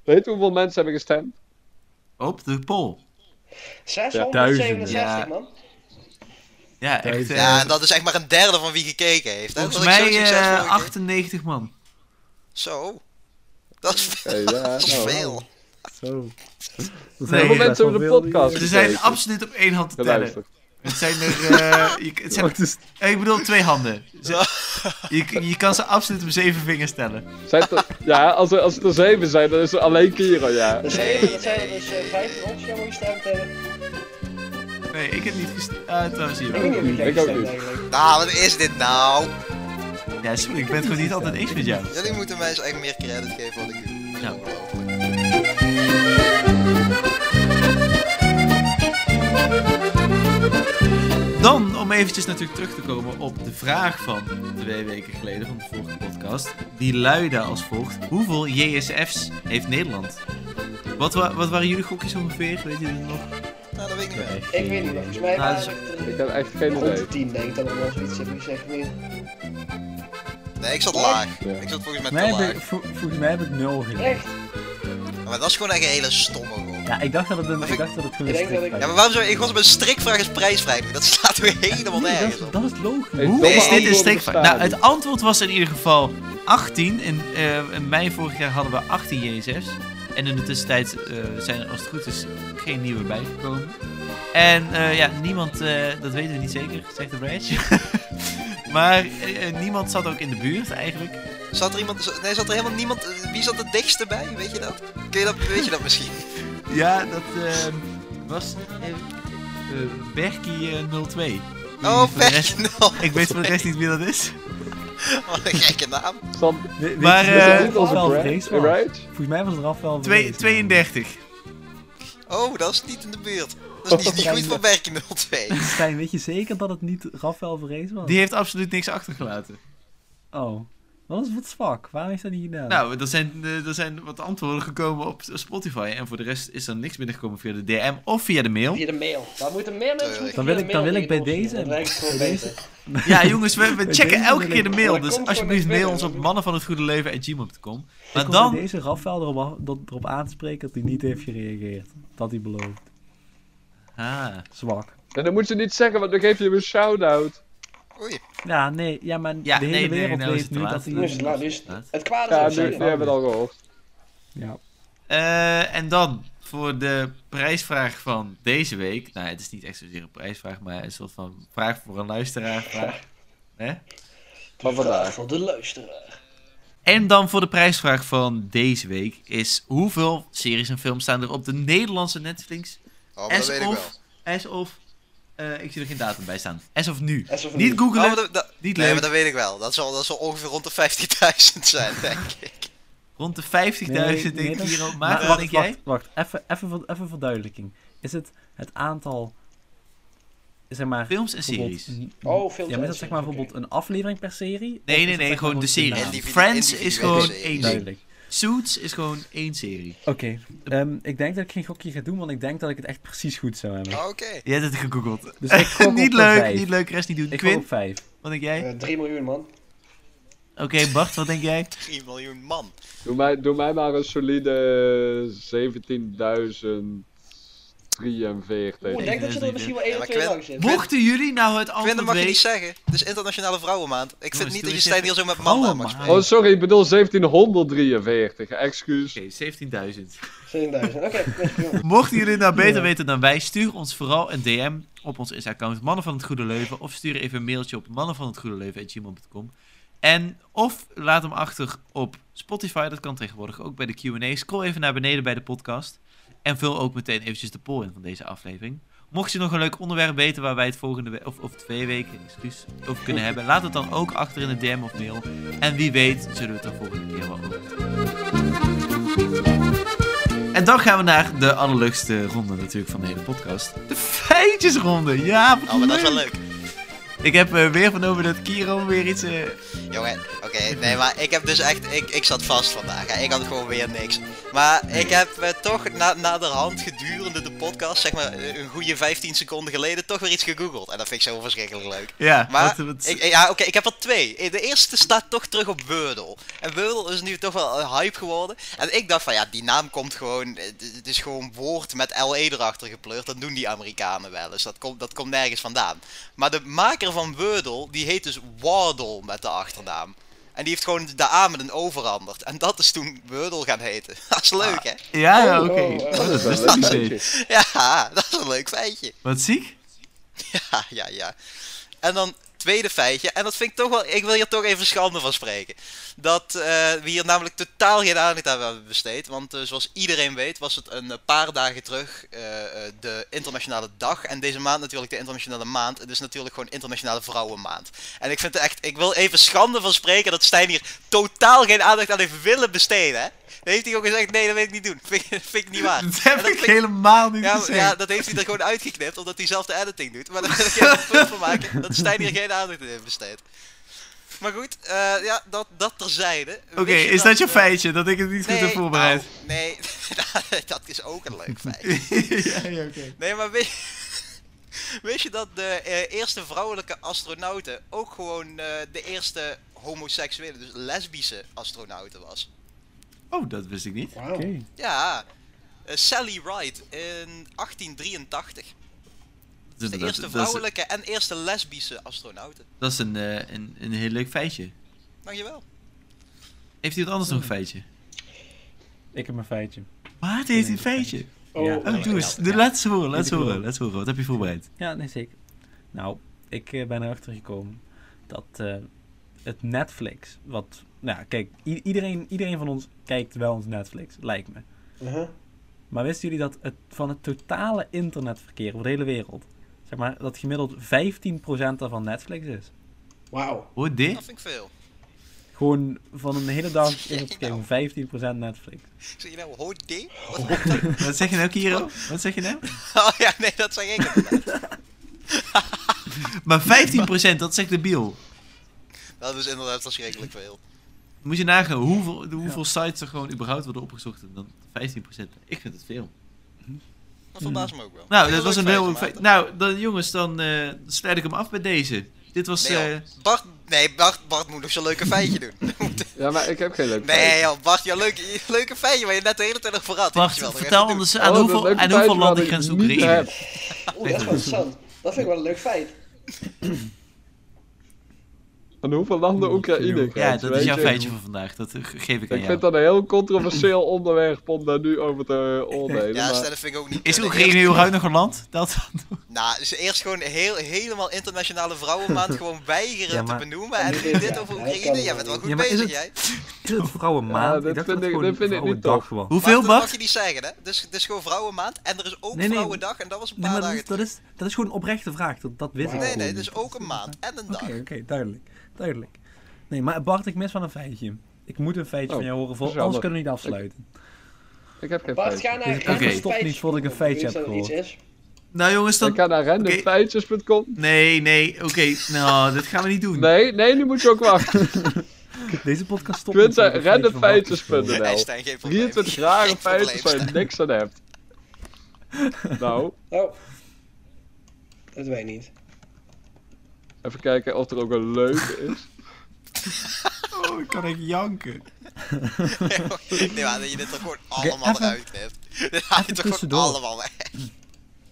E: weet je hoeveel mensen hebben gestemd?
D: Op de poll.
B: 667
D: Ja, duizenden.
B: man.
D: Ja, echt.
F: Duizend.
D: eh,
C: Ja, en dat is echt maar een derde van wie gekeken heeft. Hè?
D: volgens
C: Dat ik zo'n
D: mij
C: succesvolle
D: eh,
C: keer-
D: 98 man.
C: Zo. Dat is veel.
E: Oké, ja,
C: Dat is
E: nou,
C: veel.
F: Zo.
D: Nee,
F: Dat zijn
D: hoeveel
E: mensen
F: best wel
E: hebben de
F: veel die-
E: podcast?
D: Ze zijn
E: Zeker.
D: absoluut op één hand te tellen.
E: Luister.
D: Het zijn er. eh, je- het zijn,
F: Oh, het is-
D: ik bedoel, op twee handen. Ze- je, je kan ze absoluut op zeven vingers tellen.
E: Zijn het er- ja, als er, als het er zeven zijn, dan is er alleen Kiro, ja.
B: Dus
C: Nee,
B: even, dat zijn er
C: nee.
B: dus eh, vijf van eh, ons die allemaal gestemd hebben.
D: Nee, ik heb niet gestemd. Ah, trouwens, hier
B: Ik weet
D: wel.
B: niet of jij
E: Ik ook
B: gestemd
E: niet.
B: eigenlijk.
C: Nou, wat is dit nou?
D: Ja, sorry, ik ben het gewoon niet altijd eens met jou.
C: Jullie moeten mij eens echt meer credit geven wat ik doe.
D: Nou. Dan, om eventjes natuurlijk terug te komen op de vraag van twee weken geleden van de vorige podcast. Die luidde als volgt. Hoeveel JSF's heeft Nederland? Wat, wa- wat waren jullie gokjes ongeveer? Weet jullie dat nog?
C: Nou, dat weet ik niet meer.
B: Ik weet niet, maar volgens mij
D: Nou,
B: waren
E: Ik
B: het
E: heb echt geen
B: er
E: idee.
B: rond de 10 denk ik dat er wel zoiets hebben gezegd. niet?
C: Nee, ik zat laag. Ik zat volgens mij
F: Mij
C: te
F: heb ik,
C: laag.
F: vo- volgens mij heb ik nul gedaan.
B: Echt?
C: Maar dat is gewoon echt een hele stomme gok.
F: Ja, ik dacht dat het, een,
C: Maar
F: ik
C: ik-
F: dacht dat het gewoon
B: ik
F: een
B: denk dat
F: strikvraag
B: ik-
C: Ja, maar waarom zou ik was op een strikvraag eens prijsvrij doen? Dat slaat weer helemaal
F: Nee,
C: nergens
F: dat,
C: op.
F: dat is logisch.
E: Hey,
D: Hoe is
C: domme
D: dit een
E: antwoorden
D: steekvraag?
E: bestaan
D: Nou, het
E: niet.
D: antwoord was in ieder geval 18. In, eh, in mei vorig jaar hadden we 18 JSF's. En in de tussentijd eh, zijn er als het goed is geen nieuwe bijgekomen. En eh, ja, niemand, eh, dat weten we niet zeker, zegt de branch. maar eh, eh, niemand zat ook in de buurt eigenlijk.
C: Zat er iemand, nee, zat er helemaal niemand, eh, wie zat het dichtste bij? Weet je dat? Kun je dat, weet je dat misschien?
D: Ja, dat eh, was eh eh, Berkie eh, 02. Die
C: Oh,
D: voor de rest-
C: Perkinol.
D: Ik weet voor de rest niet wie dat is.
C: Wat een gekke naam.
E: Sam,
F: We- weet
D: Maar,
F: je
E: is
F: wie
E: dat
D: eh,
E: niet onze
F: Ralph
E: brand?
F: Rees was?
E: Right?
F: Volgens mij was het Raf wel
D: Twee-
F: Rees.
D: 32.
C: Oh, dat is niet in de buurt.
F: Oh,
C: Dat is niet, niet goed voor Perkinol 02.
F: Stijn, weet je zeker dat het niet Rafael Vrees was?
D: Die heeft absoluut niks achtergelaten.
F: Oh, wat is wat zwak. Waarom is dat niet gedaan?
D: Nou, er zijn, eh, er zijn wat antwoorden gekomen op Spotify. En voor de rest is er niks binnengekomen via de DM of via de mail.
B: Via de mail. Daar moeten meer mensen moeten via
F: Dan wil
B: de
F: ik- dan
B: mail
F: wil ik
B: tegen
F: bij
B: ons
F: deze-
B: doen. Dat lijkt gewoon
F: bij
B: beter.
D: Ja, jongens, we, we
F: Bij
D: checken
F: deze
D: elke
F: wil
D: keer de
F: ik-
D: mail.
B: Maar dat
D: Dus
B: komt
D: alsjeblieft
B: gewoon
D: mail
B: echt
D: ons op
B: binnen.
D: mannenvanhetgoedeleven.gmail.com.
F: ik
D: Maar
F: kon
D: dan...
F: bij deze Rafael erop, af- dat, erop aanspreken dat hij niet heeft gereageerd. Dat hij belooft.
D: Ah,
F: Zwak.
E: En dan moet je niet zeggen, want dan geef je hem een shout-out.
C: Oei.
F: Ja, nee, ja, maar
D: Ja,
F: de hele
D: nee, nee,
F: wereld
D: nou is
F: weet
D: het
F: nu
D: te laat.
F: dat hij...
B: Nu is het laat, nu is het- het kwaad
E: Ja,
B: is
E: nu,
B: ja,
E: nu hebben we het al gehoord.
F: Ja.
D: eh, en dan voor de prijsvraag van deze week. Nou, het is niet echt zozeer een prijsvraag, maar een soort van vraag voor een luisteraar. vraag. Hè?
E: Van vandaag.
B: Voor de luisteraar.
D: En dan voor de prijsvraag van deze week is... Hoeveel series en films staan er op de Nederlandse Netflix
C: Oh, maar dat
D: As
C: weet ik wel.
D: of, as of, eh, ik zie er geen datum bij staan. As of nu.
B: As of
D: niet
B: nu.
D: googlen,
C: Oh, maar dat, dat-
D: niet
C: nee, maar
D: leuk.
C: dat weet ik wel. Dat zal, dat zal ongeveer rond de 50.000 zijn, denk ik.
D: Rond de 50.000
F: Nee, nee,
D: denk ik
F: dat-
D: hier al.
F: Maar
D: Maar wat
F: wacht,
D: denk jij?
F: wacht, wacht. Even, even, voor- even verduidelijking. Is het het aantal... Zeg maar...
D: Films en
F: bijvoorbeeld-
D: series.
B: Oh, films
F: Ja, maar
B: en
F: is dat zeg maar
B: series,
F: bijvoorbeeld een aflevering per serie? Of
D: Nee,
F: is
D: nee,
F: het
D: nee,
F: zeg maar
D: gewoon de
F: gewoon
D: serie.
F: naam?
C: Individu-
D: Friends
C: individuele
D: is gewoon
C: serie.
D: één ding.
F: Duidelijk.
D: Suits is gewoon één serie.
F: Oké, ehm, ik denk dat ik geen gokje ga doen, want ik denk dat ik het echt precies goed zou hebben.
C: Oké.
D: Je hebt het gegoogeld.
F: Dus ik gok op
D: niet
F: de
D: leuk,
F: vijf.
D: niet leuk, rest niet doen.
F: Ik gok op
D: Quint,
F: 5.
D: wat denk jij?
B: eh, 3 miljoen man.
C: Eh.
D: Oké, Bart, wat denk jij?
C: 3 miljoen man.
E: Doe mij, doe mij maar een solide 17.043.
B: Oeh, ik denk dat je er misschien wel 1
C: Ja,
B: of
C: maar
B: 2
C: Quinn-
B: lang zit.
D: Mochten jullie nou het
C: Quinn, dat
D: antwoord
C: mag je niet
D: weten...
C: zeggen. Het is Internationale Vrouwenmaand. Ik vind
D: Jongens, doe
C: niet dat je
D: eens
C: Stijn
D: even
C: hier zo met man aan mag
D: vrouwenmaand.
C: spreken.
E: Oh, sorry, ik bedoel 1743. Excuus.
D: Oké, 17.000.
B: 17.000. Oké, nee, prima.
D: Mochten jullie het nou beter weten dan wij, stuur ons vooral een DM op ons Insta-account Mannen van het Goede Leuven. Of stuur even een mailtje op mannen van het goede leuven.gmail.com. En of laat hem achter op Spotify, dat kan tegenwoordig ook bij de Q&A. Scroll even naar beneden bij de podcast. En vul ook meteen eventjes de poll in van deze aflevering. Mocht je nog een leuk onderwerp weten waar wij het volgende we- of, of twee weken excuus, over kunnen hebben, laat het dan ook achter in de DM of mail. En wie weet zullen we het de volgende keer wel over hebben. En dan gaan we naar de allerleukste ronde natuurlijk van de hele podcast. De feitjesronde. Ja, wat
C: Oh, maar dat is wel
D: leuk.
C: leuk.
D: Ik heb eh, weer vernomen dat Kiro weer iets... eh,
C: Jongen, oké, nee, maar ik heb dus echt, ik, ik zat vast vandaag. Hè. Ik had gewoon weer niks. Maar ik heb eh, toch na, na de hand gedurende de podcast, zeg maar eh, een goede 15 seconden geleden, toch weer iets gegoogeld. En dat vind ik zo verschrikkelijk leuk.
D: ja,
C: Maar,
D: wat- wat-
C: ik, ja, oké, ik heb er twee. Eh, De eerste staat toch terug op Wordle. En Wordle is nu toch wel een hype geworden. En ik dacht van, ja, die naam komt gewoon... eh, d- Het is gewoon woord met LE erachter gepleurd. Dat doen die Amerikanen wel eens. Dat komt, dat komt nergens vandaan. Maar de maker van Wordle, die heet dus Wardle met de achternaam. En die heeft gewoon de A met een O veranderd. En dat is toen Wordle gaan heten. Dat is leuk, hè?
D: ja, ja, oké.
B: Oh, oh,
D: Oh, dat is
E: dat
D: best
E: is
D: een
E: wel
D: idee.
C: Ja, dat is een leuk feitje.
D: Wat ziek.
C: Ja, ja, ja. En dan tweede feitje, en dat vind ik toch wel, ik wil hier toch even schande van spreken. Dat eh, we hier namelijk totaal geen aandacht aan hebben besteed. Want eh, zoals iedereen weet was het een eh, paar dagen terug eh, eh, de internationale dag. En deze maand natuurlijk de internationale maand. Het is natuurlijk gewoon internationale vrouwenmaand. En ik vind het echt, ik wil even schande van spreken dat Stijn hier totaal geen aandacht aan heeft willen besteden. Hè? Dan heeft hij ook gezegd, nee dat wil ik niet doen. Vind, ik- vind ik niet waar.
D: Dat
C: En
D: heb
C: dat
D: ik
C: vind ik-
D: helemaal niet
C: ja, maar-
D: gezegd.
C: ja, dat heeft hij er gewoon uitgeknipt, omdat hij zelf de editing doet. Maar daar wil ik even een punt van maken, dat Stijn hier geen aandacht in heeft besteed. Maar goed, eh, ja, dat, dat terzijde.
D: Oké, is dat
C: eh,
D: je feitje? Dat ik het niet
C: nou.
D: goed heb voorbereid?
C: nee, dat is ook een leuk feit.
D: ja, ja, oké.
C: Nee, maar weet, wist je dat de eh, eerste vrouwelijke astronauten ook gewoon eh, de eerste homoseksuele, dus lesbische astronauten was?
D: Oh, dat wist ik niet.
B: Wauw.
C: Ja, eh, Sally Ride in 1883.
D: Dus
C: De
D: dat-
C: eerste
D: dat is-
C: vrouwelijke en eerste lesbische astronauten.
D: Dat is een, eh, een, een heel leuk feitje.
C: Dankjewel.
D: Heeft iemand anders nog een feitje?
F: Ik heb mijn feitje.
D: Maarten heeft een feitje.
B: Oh,
F: Ja.
D: Oh, doe eens. De- Laat ze horen, laat ze horen. Laat ze horen. Wat heb je voorbereid?
F: Ja, nee, zeker. Nou, ik eh, ben erachter gekomen dat eh, het Netflix, wat... Nou, kijk, i- iedereen, iedereen van ons kijkt wel ons Netflix, lijkt me.
B: Uh-huh.
F: Maar wisten jullie dat het, van het totale internetverkeer over de hele wereld, zeg maar, dat gemiddeld 15% daarvan Netflix is?
B: Wauw.
D: Hoor
C: Dat
D: dit?
C: vind ik veel.
F: Gewoon van een hele dag internetverkeer gewoon 15% Netflix.
C: Ik Zeg je nou hoort die?
D: Wat zeg je nou, Kiro? Wat zeg je nou?
C: Oh ja, nee, dat zeg ik inderdaad.
D: Maar 15%, dat zegt de biel.
C: Dat is inderdaad verschrikkelijk veel.
D: Moet je nagaan hoeveel, de- hoeveel sites er gewoon überhaupt worden opgezocht en dan 15%. Ik vind het veel.
C: Dat verbaast me ook wel.
D: Nou,
C: Ik
D: dat
C: wil
D: was
C: ook
D: een heel...
C: feiten maken.
D: Nou, dan jongens, dan eh, sluit ik hem af bij deze. Dit was...
C: Nee,
D: eh,
C: joh. Bart, nee Bart, Bart moet nog zo'n leuke feitje doen.
E: Ja, maar ik heb geen leuk
C: Nee, joh, Bart, jouw leuke, je leuke feitje waar je net de hele tijd over had.
D: Wacht,
C: Weet je wel, dat
D: vertel
C: gaat doen.
E: Oh,
D: anders aan hoeveel, aan hoeveel landen grenst Oekraïne?
B: Oeh, dat is wel interessant. Dat vind ik wel een leuk feit.
E: Aan hoeveel landen Oekraïne
D: Ja,
E: grenst,
D: dat
E: weet
D: is jouw
E: je?
D: feitje van vandaag. Dat eh, geef ik aan
E: Ik vind
D: jou.
E: dat een heel controversieel onderwerp om daar nu over te oordelen.
C: Ja,
E: maar-
C: stel, dat vind ik ook niet.
D: Is
C: kunnen.
D: Oekraïne
C: Eerst-
D: überhaupt nog een land? Dat
C: Nou, dus eerst gewoon heel, helemaal internationale vrouwenmaand gewoon weigeren
F: Ja, maar-
C: te benoemen. En
B: Ja,
C: dit over
B: ja,
C: Oekraïne,
B: kan
C: jij bent wel goed
F: Ja, maar is
C: bezig,
F: het-
C: jij.
F: Is het
E: Ja,
F: vrouwenmaand?
E: dat
F: ik
E: vind ik-
F: dacht dat het
E: dat
F: gewoon
E: vind ik niet
F: vrouwendag
E: tof.
F: was.
D: Hoeveel,
C: maar dat mag
D: Bart?
C: je niet zeggen, hè? Dus het is gewoon vrouwenmaand en er is ook
F: Nee, nee.
C: vrouwendag en dat was een
F: Nee,
C: paar
F: maar dat
C: dagen
F: is, dat, is, dat is gewoon een oprechte vraag. Dat, dat wist ik
C: Nee,
F: gewoon
C: nee, dus
F: niet.
C: dat is ook een maand en een
F: Oké,
C: dag.
F: oké, duidelijk. Duidelijk. Nee, maar Bart, ik mis van een feitje. Ik moet een feitje
E: Oh,
F: van jou horen, voor,
E: dat is jammer.
F: anders kunnen we niet afsluiten.
E: Ik heb geen
B: Bart, ga
E: feitje.
B: naar...
F: Dus
B: ga
D: oké.
B: naar een
F: Stop niet
B: feitje.
F: voordat ik een feitje
B: Weet je
F: heb
B: dat er iets is?
D: Nou jongens,
E: Ik
D: dan...
E: ga naar randomfeitjes.com.
D: Nee, nee, oké. Nou, dat gaan we niet doen.
E: Nee, nee, nu moet je ook wachten.
F: Deze podcast stopt niet
E: Twitter,
F: voordat ik een feitje van Bart heb.
C: Nee,
E: randomfeitjes.nl.
C: Stijn, geen probleem.
E: 23 rare
C: Geen
E: feitjes waar
C: probleem,
E: je niks aan hebt. Nou,
B: Oh. Dat weet ik niet.
E: even kijken of er ook een leuke is.
D: Oh, ik kan echt janken.
C: Stijn. Nee, maar dat je dit er gewoon allemaal
F: even-
C: eruit knipt. Dit haal je toch
F: even
C: gewoon
F: tussendoor.
C: allemaal weg.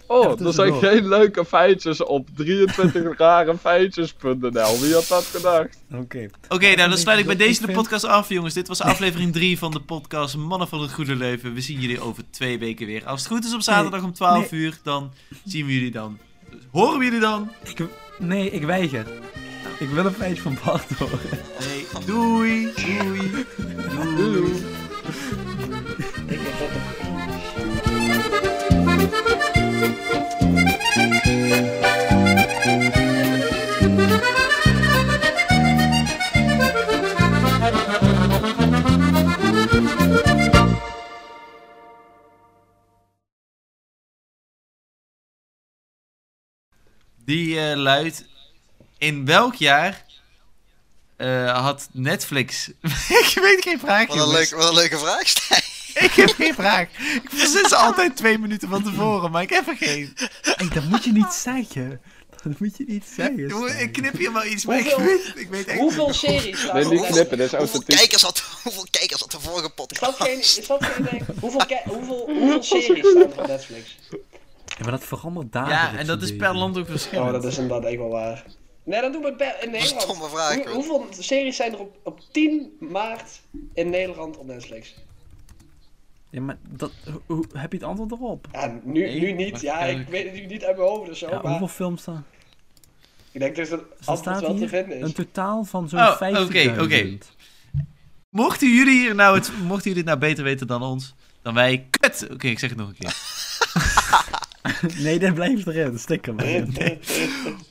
E: Oh,
F: Even
E: er zijn
F: tussendoor.
E: geen leuke feitjes op 23 rare feitjes.nl. Wie had dat gedacht?
F: Oké.
D: Oké, nou dan sluit ik bij
F: Ik
D: deze de
F: vind-
D: podcast af, jongens. Dit was aflevering 3 van de podcast Mannen van het Goede Leven. We zien jullie over twee weken weer. Als het goed is op zaterdag om 12 uur, dan zien we jullie dan. Dus horen we jullie dan?
F: Ik- Nee, ik weiger. Ik wil een feitje van Bart horen.
D: Nee. Doei. Doei. Doei.
B: Ik denk dat er-
D: Die eh, luidt: In welk jaar eh, had Netflix. ik weet geen vraag.
C: Wat een,
D: jongens.
C: leuk, wat een leuke vraag, Stijn.
D: Ik heb geen vraag. Ik verzin ze altijd twee minuten van tevoren, maar ik heb er geen.
F: Hey, dat moet je niet zeggen. Dat moet je niet zeggen.
D: Jongen,
F: Stijn.
D: Ik knip hier wel iets, maar ik
B: Hoeveel-
D: weet, ik weet echt
B: Hoeveel series
C: Oh,
B: staan
E: Nee,
B: op
E: niet
B: Netflix?
E: knippen, dat is
C: Hoeveel
E: authentiek.
C: kijkers, had, hoeveel kijkers had de vorige
B: Is
C: podcast?
B: dat geen, is dat geen idee? Hoeveel, ki- hoeveel, hoeveel series staan er op Netflix?
F: Ja, maar dat verandert dagelijks.
D: Ja, en dat is
F: een
D: per
F: beetje.
D: land ook
B: Oh,
D: verschillend.
B: dat is inderdaad echt wel waar. Nee, dan doen we het per- in
C: is een
B: Nederland.
C: stomme vraag,
B: Hoe-
C: hoor.
B: hoeveel series zijn er op, op 10 maart in Nederland op Netflix?
F: Ja, maar dat, hoe- hoe, heb je het antwoord erop?
B: Ja, nu,
D: Nee,
B: nu niet. Ja,
D: maar-
B: ik weet het nu niet uit mijn hoofd of zo,
F: eh, Ja,
B: maar
F: hoeveel films staan?
B: ik denk dus dat het
F: Dus er
B: antwoord
F: staat
B: wel te
F: hier
B: vinden
F: een
B: is.
F: totaal van zo'n
D: Oh, oké,
F: 50.000.
D: oké. Mochten jullie hier nou het, mochten jullie dit nou beter weten dan ons, dan wij kut. Oké, ik zeg het nog een keer.
F: Nee, dat blijft erin. Stik er maar in.